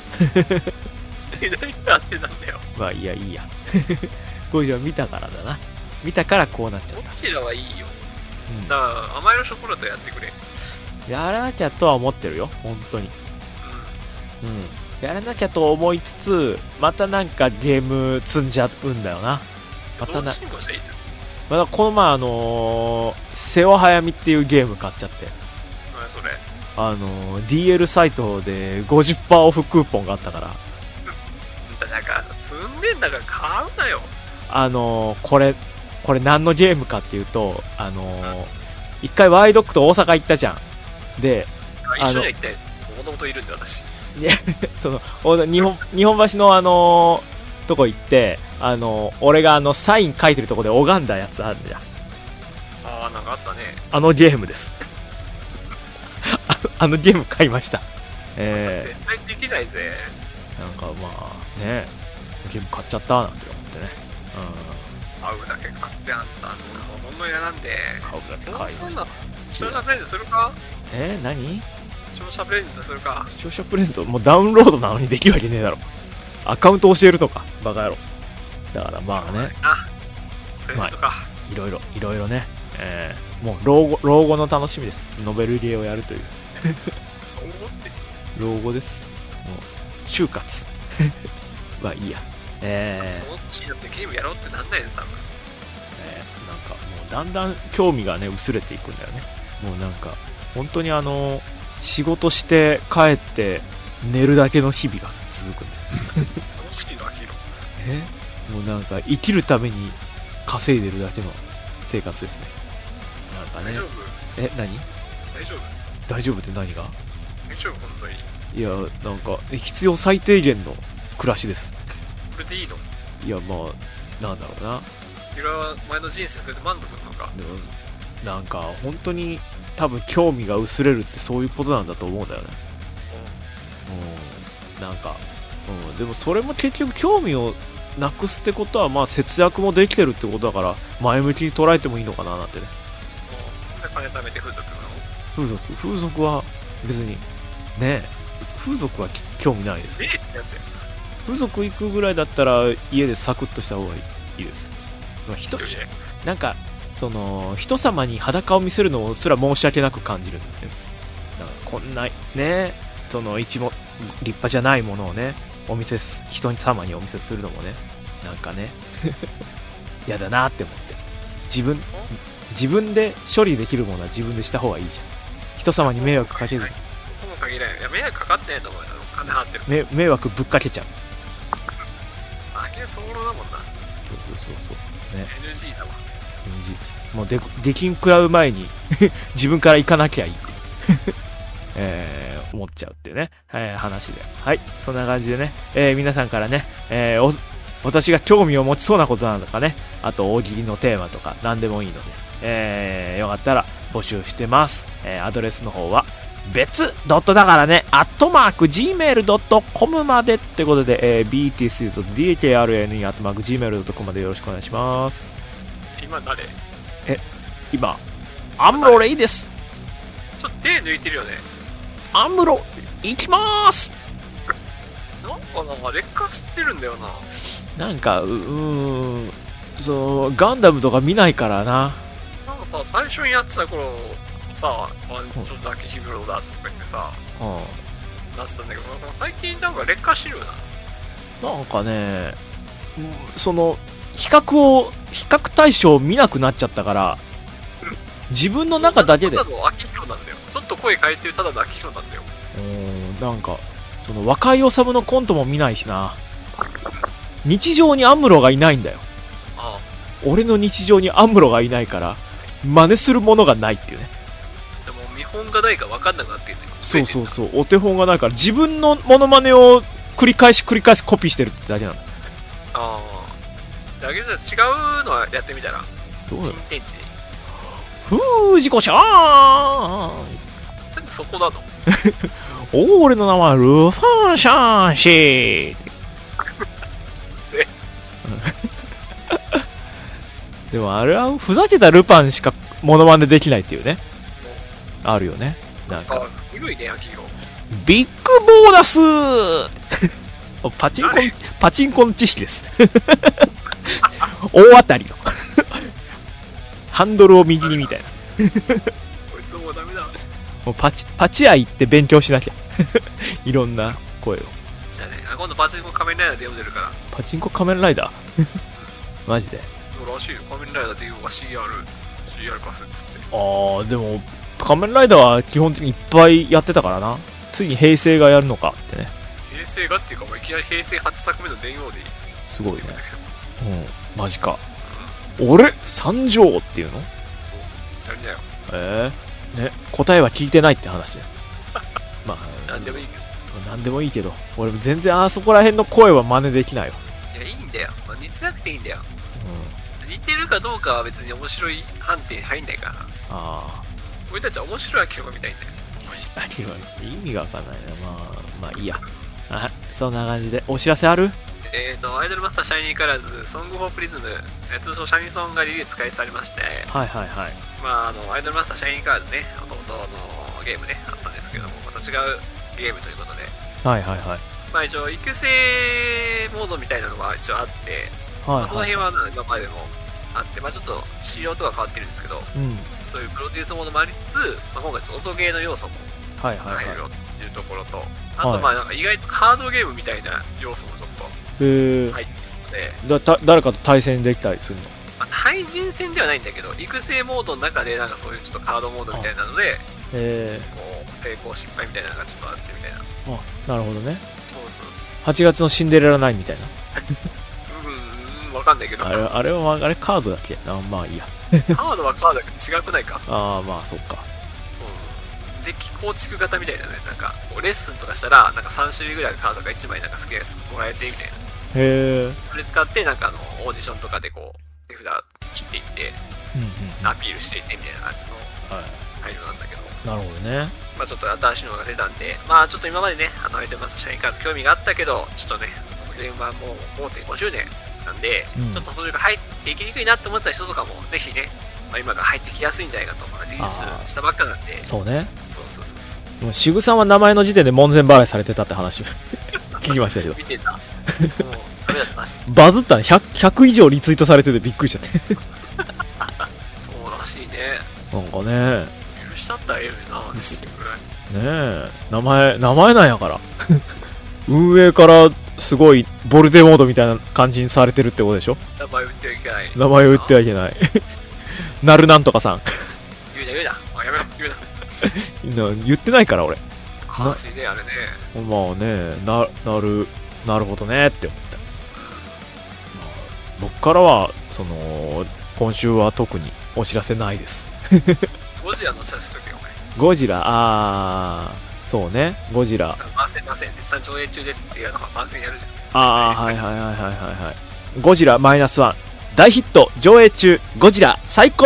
Speaker 2: え、 何やってたんだよ。
Speaker 1: まあ、いいや、いいや。 ゴジラ見たからだな。見たからこうなっちゃっ
Speaker 2: ゴ
Speaker 1: た。
Speaker 2: ジラはいいよ。
Speaker 1: うん
Speaker 2: だから、甘えるショコラとやってくれ。うん。
Speaker 1: やらなきゃとは思ってるよ、本当に。うん。やらなきゃと思いつつ、またなんかゲーム積んじゃうんだよな。また
Speaker 2: 同時
Speaker 1: な、
Speaker 2: 進行したらいいじゃん。
Speaker 1: まあ、この前あのー、セオ早見っていうゲーム買っちゃって、
Speaker 2: うん、それ。
Speaker 1: あのー、DL サイトで50%オフクーポンがあったから、
Speaker 2: だから、積んでんだから買うなよ。
Speaker 1: あのー、これ、これ何のゲームかっていうと、あのー、一回ワイドックと大阪行ったじゃん。で、
Speaker 2: 一緒には行ったよ。もともといるんだよ、私。
Speaker 1: その、お日本、日本橋のあのー、とこ行って、あのー、俺があの、サイン書いてるとこで拝んだやつあるじゃん。
Speaker 2: ああ、なんかあったね。
Speaker 1: あのゲームです。 ああのゲーム買いました。えー、
Speaker 2: 絶対できないぜ。
Speaker 1: なんかまあね、ゲーム買っちゃったなんて思ってね。
Speaker 2: 買うだけ買ってあんた。ほんの選んで。
Speaker 1: うん、買うだけ買い
Speaker 2: ど
Speaker 1: ま
Speaker 2: う
Speaker 1: し
Speaker 2: そん
Speaker 1: た。
Speaker 2: な、視聴者プレゼントするか
Speaker 1: えー、何
Speaker 2: 視聴者プレゼントするか
Speaker 1: 視聴者プレゼント、もうダウンロードなのにできるわけねえだろ。アカウント教えるとか、バカ野郎。だからまあね、
Speaker 2: あ、プレゼントか。
Speaker 1: いろいろ、いろいろね、えー、もう老後、老後の楽しみです。ノベルゲーをやるという。
Speaker 2: 思って。
Speaker 1: 老後です。もう、就活。 まあいいや。えー
Speaker 2: そ、のっちになってゲームやろうってなんないで多分。
Speaker 1: ねなんかもうだんだん興味がね薄れていくんだよねもうなんか本当にあの仕事して帰って寝るだけの日々が続くんです
Speaker 2: 楽しいのはヒーロー。
Speaker 1: えもうなんか生きるために稼いでるだけの生活ですねなんか
Speaker 2: 大
Speaker 1: ね
Speaker 2: 丈夫
Speaker 1: え何
Speaker 2: 大丈夫
Speaker 1: 大丈夫って何が
Speaker 2: 大丈夫本当に
Speaker 1: いやなんか必要最低限の暮らしです
Speaker 2: これでいいの
Speaker 1: いやまあなんだろうない
Speaker 2: ろいろ前の人生それで満足なのか
Speaker 1: でもなんか本当に多分興味が薄れるってそういうことなんだと思うんだよねうんなんか、うん、でもそれも結局興味をなくすってことはまあ節約もできてるってことだから前向きに捉えてもいいのかななんてね
Speaker 2: うんなんで金貯めて風俗なの
Speaker 1: 風俗風俗は別にねえ風俗はき興味ないです
Speaker 2: えだって
Speaker 1: 風俗行くぐらいだったら家でサクッとした方がいいです、まあ、人
Speaker 2: 一人で
Speaker 1: なんかその人様に裸を見せるのすら申し訳なく感じるんだよねなんかこんなねその一も立派じゃないものをねお見せす人様にお見せするのもねなんかね やだなって思って自分自分で処理できるものは自分でした方がいいじゃん人様に迷惑かける
Speaker 2: とも限らないいや迷惑かかってないと思うよ金払ってる
Speaker 1: め迷惑ぶっかけちゃう
Speaker 2: あげ早漏だも
Speaker 1: そ
Speaker 2: んな
Speaker 1: うそうそう
Speaker 2: NG だわ
Speaker 1: NG ですもうでできん食らう前に 自分から行かなきゃいいって えー思っちゃうっていうね、えー話ではいそんな感じでね、えー皆さんからね、えーお私が興味を持ちそうなことなのかねあと大喜利のテーマとか何でもいいので、えーよかったら募集してます、えーアドレスの方は別ドットだからね、アットマーク gmail.com までってことで、えー、btc.dkrne アットマーク gmail.com までよろしくお願いします。
Speaker 2: 今誰ち
Speaker 1: 今アムロレイです
Speaker 2: ょっと手抜いてるよね
Speaker 1: アムロ行きます
Speaker 2: なんかな劣化してるんだよな
Speaker 1: なんかううーんそのガンダムとか見ないからな
Speaker 2: なんかさ最初にやってた頃さ「あちょっとだけヒブロだ」とか言ってさ
Speaker 1: う
Speaker 2: 出してたんだけどさ最近なんか劣化してるよなん
Speaker 1: なんかねうんその比較を比較対象を見なくなっちゃったから自分の中だけで
Speaker 2: ただの秋広なんだよちょっと声変えてるただの秋広なんだよ
Speaker 1: うんなんかその若い治のコントも見ないしな日常にアムロがいないんだよ
Speaker 2: あ
Speaker 1: 俺の日常にアムロがいないから真似するものがないっていうね
Speaker 2: あでも見本がないか分かんなくなってんだよ
Speaker 1: そうそうそう、お手本がないから、自分のモノマネを繰り返し繰り返しコピーしてるってだけなんだ。
Speaker 2: ああだけどじゃあ違うのはやってみたら
Speaker 1: どう
Speaker 2: 新天地
Speaker 1: ふうじこちゃーん
Speaker 2: なんでそこなの
Speaker 1: おー俺の名はルファンシャンシー
Speaker 2: え
Speaker 1: うん でもあれはふざけたルパンしかモノマネできないっていうね。あるよね。なん
Speaker 2: あ
Speaker 1: か、
Speaker 2: 古いね秋広
Speaker 1: ビッグボーナス パチンコの
Speaker 2: 何、
Speaker 1: パチンコの知識です。 大当たりの。 ハンドルを右にみたいな。
Speaker 2: こいつもうダメだ
Speaker 1: もうパチ、パチ屋行って勉強しなきゃ。 いろんな声を。
Speaker 2: じゃあねあ今度パチンコ仮面ライダーで読んでるから
Speaker 1: パチンコ仮面ライダー マジで。
Speaker 2: そうらしいよ仮面ライダーっていうのが CR CR 貸すっつって
Speaker 1: あー、でも、仮面ライダーは基本的にいっぱいやってたからな。ついに平成がやるのかってね。
Speaker 2: 平成がっていうかもういきなり平成8作目の電王でいい
Speaker 1: すごいね。うん、マジか。俺、三条っていうの
Speaker 2: そうそうやりなよ
Speaker 1: えー、ね、答えは聞いてないって話ね。 まあ、
Speaker 2: 何でもいいけど
Speaker 1: なんでもいいけど、俺全然あそこら辺の声は真似できないよ。
Speaker 2: いやいいんだよ、まあ、似てなくていいんだよ似てるかどうかは別に面白い判定に入んないから
Speaker 1: ああ、
Speaker 2: 俺たちは面白い秋広が見たいんだよ
Speaker 1: あれは意味がわかんないな。まあ、まあいいや。はい、そんな感じで、お知らせある
Speaker 2: えー、とアイドルマスターシャイニーカラーズソング・フォー・プリズム、えー通称シャニソンがリリース開始されまして、
Speaker 1: はいはいはい。
Speaker 2: まあ、あのアイドルマスターシャイニーカラーズね元々のゲームねあったんですけどもまた違うゲームということで、
Speaker 1: はいはいはい。
Speaker 2: まあ、一応育成モードみたいなのが一応あって、ま
Speaker 1: は
Speaker 2: あ、
Speaker 1: い
Speaker 2: その
Speaker 1: はい。
Speaker 2: 辺は今までもあって、まあ、ちょっと仕様とか変わってるんですけど
Speaker 1: うん。
Speaker 2: そういうプロデュースモードもありつつ、まあ、今回ちょっと音ゲーの要素も
Speaker 1: はいはいはい
Speaker 2: 入。るよっていうところと、あ
Speaker 1: はい
Speaker 2: とまあなんか意外とカードゲームみたいな要素もちょっと
Speaker 1: えー
Speaker 2: 入ってるので、
Speaker 1: だた誰かと対戦できたりするの
Speaker 2: まあ、対人戦ではないんだけど育成モードの中でなんかそういうちょっとカードモードみたいなので
Speaker 1: え
Speaker 2: こう成功失敗みたいなのがちょっとあってみたいな
Speaker 1: ー、あ、なるほどね。
Speaker 2: そうそう
Speaker 1: 8月のシンデレラナインみたいな。
Speaker 2: そううんうん分かんないけど
Speaker 1: あれ、あれは、あれカードだっけあまあいいや。
Speaker 2: カードはカードだけど違くないか
Speaker 1: ああ、まあそっか。
Speaker 2: そう敵構築型みたいなね、なんか、こうレッスンとかしたら、なんか3種類ぐらいのカードが1枚なんか好きなやつもらえて、みたいな。
Speaker 1: へえ。
Speaker 2: それ使って、なんかあの、オーディションとかでこう、手札切っていって、
Speaker 1: うんうん。
Speaker 2: アピールしていって、みたいな感じの
Speaker 1: は
Speaker 2: 配慮なんだけど、
Speaker 1: い。なるほどね。
Speaker 2: まあちょっと新しいのが出たんで、まあちょっと今までね、あの、エトマス社員から興味があったけど、ちょっとね、電話もう5.5周年なんで、
Speaker 1: うん
Speaker 2: ちょっと途中から入っていきにくいなって思ってた人とかも、ぜひね、まあ、今が入ってきやすいんじゃないかと、まあリリースしたばっかなんで、
Speaker 1: そうね。
Speaker 2: そうそうそうそう。
Speaker 1: でもシグさんは名前の時点で門前払いされてたって 話を聞きましたけど。
Speaker 2: 見てた。もう、ダメだったらしい。
Speaker 1: バズったね。100、100以上リツイートされててびっくりしちゃって。
Speaker 2: そうらしいね。
Speaker 1: なんかね、
Speaker 2: 許しちゃったらええよな、実際ぐらい。
Speaker 1: ねえ、名前、名前なんやから。 運営からすごいボルデモードみたいな感じにされてるってことでしょ
Speaker 2: 名前売ってはいけない。
Speaker 1: 名前を言ってはいけない。 なるなんとかさん。
Speaker 2: 言うな言うな。あ、やめろ、言うな。
Speaker 1: な言ってないから俺。
Speaker 2: 悲しいね、あれね。
Speaker 1: まあね、な、なる、なるほどねって思った。僕からは、その、今週は特にお知らせないです。
Speaker 2: ゴジラの写真とけよ、お前。
Speaker 1: ゴジラ、あー、そうね、ゴジラ。
Speaker 2: 万戦万戦、絶賛上映中ですっていうのが万戦やるじゃん。
Speaker 1: あー、はいはいはいはいはいはい。ゴジラマイナスワン、大ヒット上映中、ゴジラ最高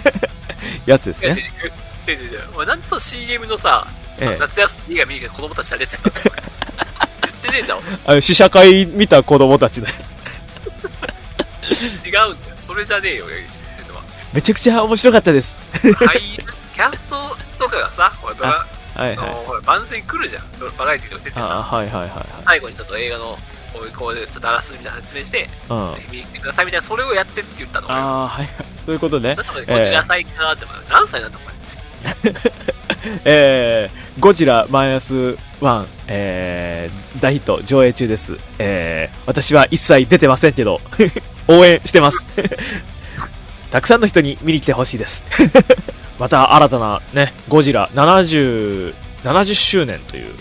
Speaker 1: やつです
Speaker 2: いや、
Speaker 1: ね。
Speaker 2: 違う違う違う違うお前なんでその CM のさ、
Speaker 1: ええ、
Speaker 2: 夏休み以外見に行く子供たちあれって言ったのお前言ってねえんだわ、それ
Speaker 1: あの試写会見た子供たちだ。
Speaker 2: 違うんだよ。それじゃねえよ、俺言ってんのは。
Speaker 1: めちゃくちゃ面白かったです。
Speaker 2: 俳優、キャストとかがさ、ほら、ドラ、
Speaker 1: は
Speaker 2: あ
Speaker 1: い
Speaker 2: の
Speaker 1: はい。
Speaker 2: ほら万全来るじゃん。ドラバラエティとか出て
Speaker 1: あー、
Speaker 2: さ、
Speaker 1: はいはいは
Speaker 2: 最後にちょっと映画の、こういう、こういう、ちょっとあらすじみたいな説明して、ぜ
Speaker 1: いはい。うん。
Speaker 2: ひ見に来てくださいみたいな、それをやってって言ったの。俺は
Speaker 1: ああ、はいはい。ということで
Speaker 2: だ、から、ゴジラ最かなって思う、何歳なんだ、お前。
Speaker 1: えー、ゴジラマイナスワン、えー、大ヒット上映中です。えー、私は一切出てませんけど、 応援してます。 たくさんの人に見に来てほしいです。 また新たなね、ゴジラ70、70周年という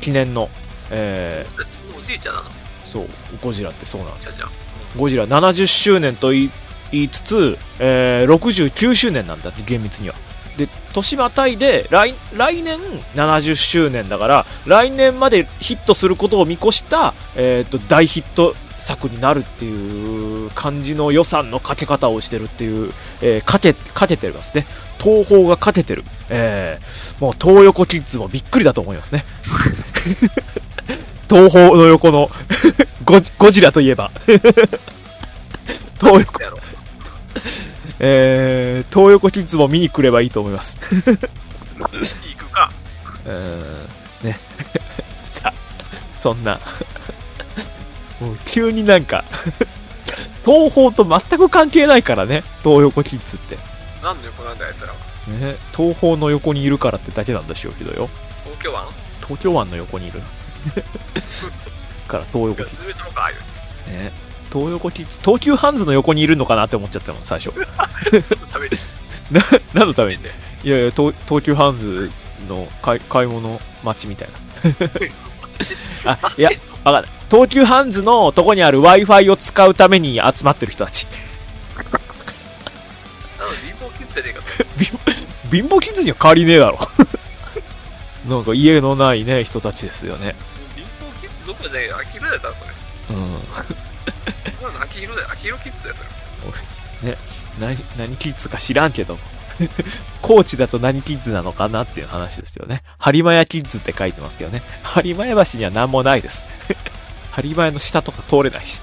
Speaker 1: 記念の、え
Speaker 2: ちょっとおじいちゃんなの、
Speaker 1: ー、そう、ゴジラってそうなん
Speaker 2: じゃあじゃあ。
Speaker 1: ゴジラ70周年と言い言いつつ、えー69周年なんだって厳密にはで年またいで来来年70周年だから来年までヒットすることを見越した、えー、と大ヒット作になるっていう感じの予算のかけ方をしてるっていう、えーかけかけてますね東宝がかけてる、えーもう東横キッズもびっくりだと思いますね 東宝の横の ゴジゴジラといえば東横
Speaker 2: やろう
Speaker 1: えー、東横キッズも見に来ればいいと思い ます。
Speaker 2: 行くか。
Speaker 1: うーん、ね。 さあ、そんな。もう急になんか、東宝と全く関係ないからね、東横キッズって。
Speaker 2: なんで横なんだ、あいつらは。
Speaker 1: ね、東宝の横にいるからってだけなんでしょうけどよ。
Speaker 2: 東京湾
Speaker 1: 東京湾の横にいるな。から東横キッズ。
Speaker 2: 沈めたのか、ああいう。
Speaker 1: ね、東横キッズ、東急ハンズの横にいるのかなって思っちゃったもん、最初。
Speaker 2: 食べて
Speaker 1: 何のため
Speaker 2: る
Speaker 1: に
Speaker 2: んで。
Speaker 1: いやいや、東東急ハンズの買い買い物待ちみたいな。あ、いや、わかんない。東急ハンズのとこにある Wi-Fi を使うために集まってる人たち。
Speaker 2: なの貧乏キッズじゃねえかと。
Speaker 1: 貧乏キッズには変わりねえだろ。 なんか家のないね、人たちですよね。
Speaker 2: 貧乏キッズどころじゃねえよ。秋広だったらそれ。
Speaker 1: うん。
Speaker 2: そんなの秋広だよ。秋広キッズだよ、それ。
Speaker 1: 何、何キッズか知らんけど も。高知だと何キッズなのかなっていう話ですけどね。播磨屋キッズって書いてますけどね。播磨屋橋には何もないです。 播磨屋の下とか通れないし。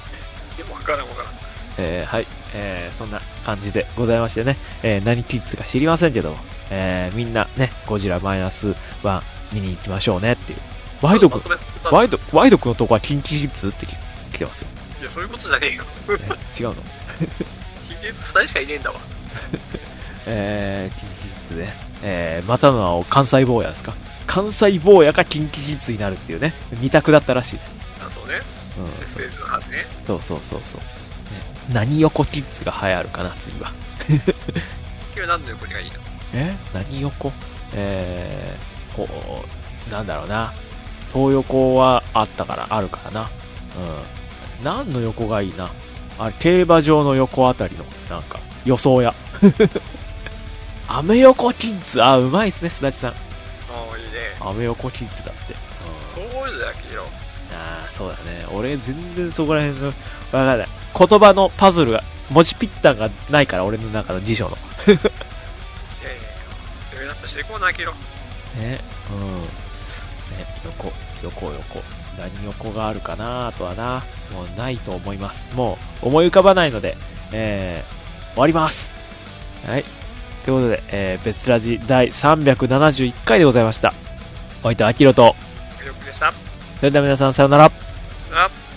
Speaker 2: でもわからんわからん。
Speaker 1: えーはい、えーそんな感じでございましてね、えー何キッズか知りませんけども、えーみんなね、ゴジラマイナス1見に行きましょうねっていう。ワイド君、ワ
Speaker 2: イ
Speaker 1: イド、ワイド君のとこはキンキキッズってき来てますよ。
Speaker 2: いや、そういうことじゃねえよ。
Speaker 1: えー違うの
Speaker 2: 金キッズ2人しかいねえんだわ。
Speaker 1: えー、キンキキッズね。えーまたの名を関西坊やですか関西坊やかキンキキッズになるっていうね、二択だったらしいね。
Speaker 2: あ、そうね。
Speaker 1: うん、
Speaker 2: メッセージの話ね。
Speaker 1: そうそうそうそう。ね何横キッズが流行るかな、次は。
Speaker 2: 君は何の横にがいいの
Speaker 1: え何横えー、こう、なんだろうな。東横はあったから、あるからな。うん。何の横がいいな。あれ、競馬場の横あたりの、なん か、予想屋。アメ横キッズ、あ、うまいっすね、すだちさん。
Speaker 2: おーいいね
Speaker 1: アメ横キッズだって。うん
Speaker 2: そういうのだけど
Speaker 1: ああ、そうだね。俺、全然そこら辺の、わかんない。言葉のパズルが、文字ピッタンがないから、俺の中の辞書の。
Speaker 2: いやいやいやレベルアップしていこうなけど
Speaker 1: ね。うん。ね、横、横、横。何横があるかなあとはな。もうないと思います。もう、思い浮かばないので、えー、終わります。はい。ということで、えー、別ラジ第371回でございました。お相手はアキロと。
Speaker 2: よくでした
Speaker 1: それでは皆さん、さようなら。
Speaker 2: さよなら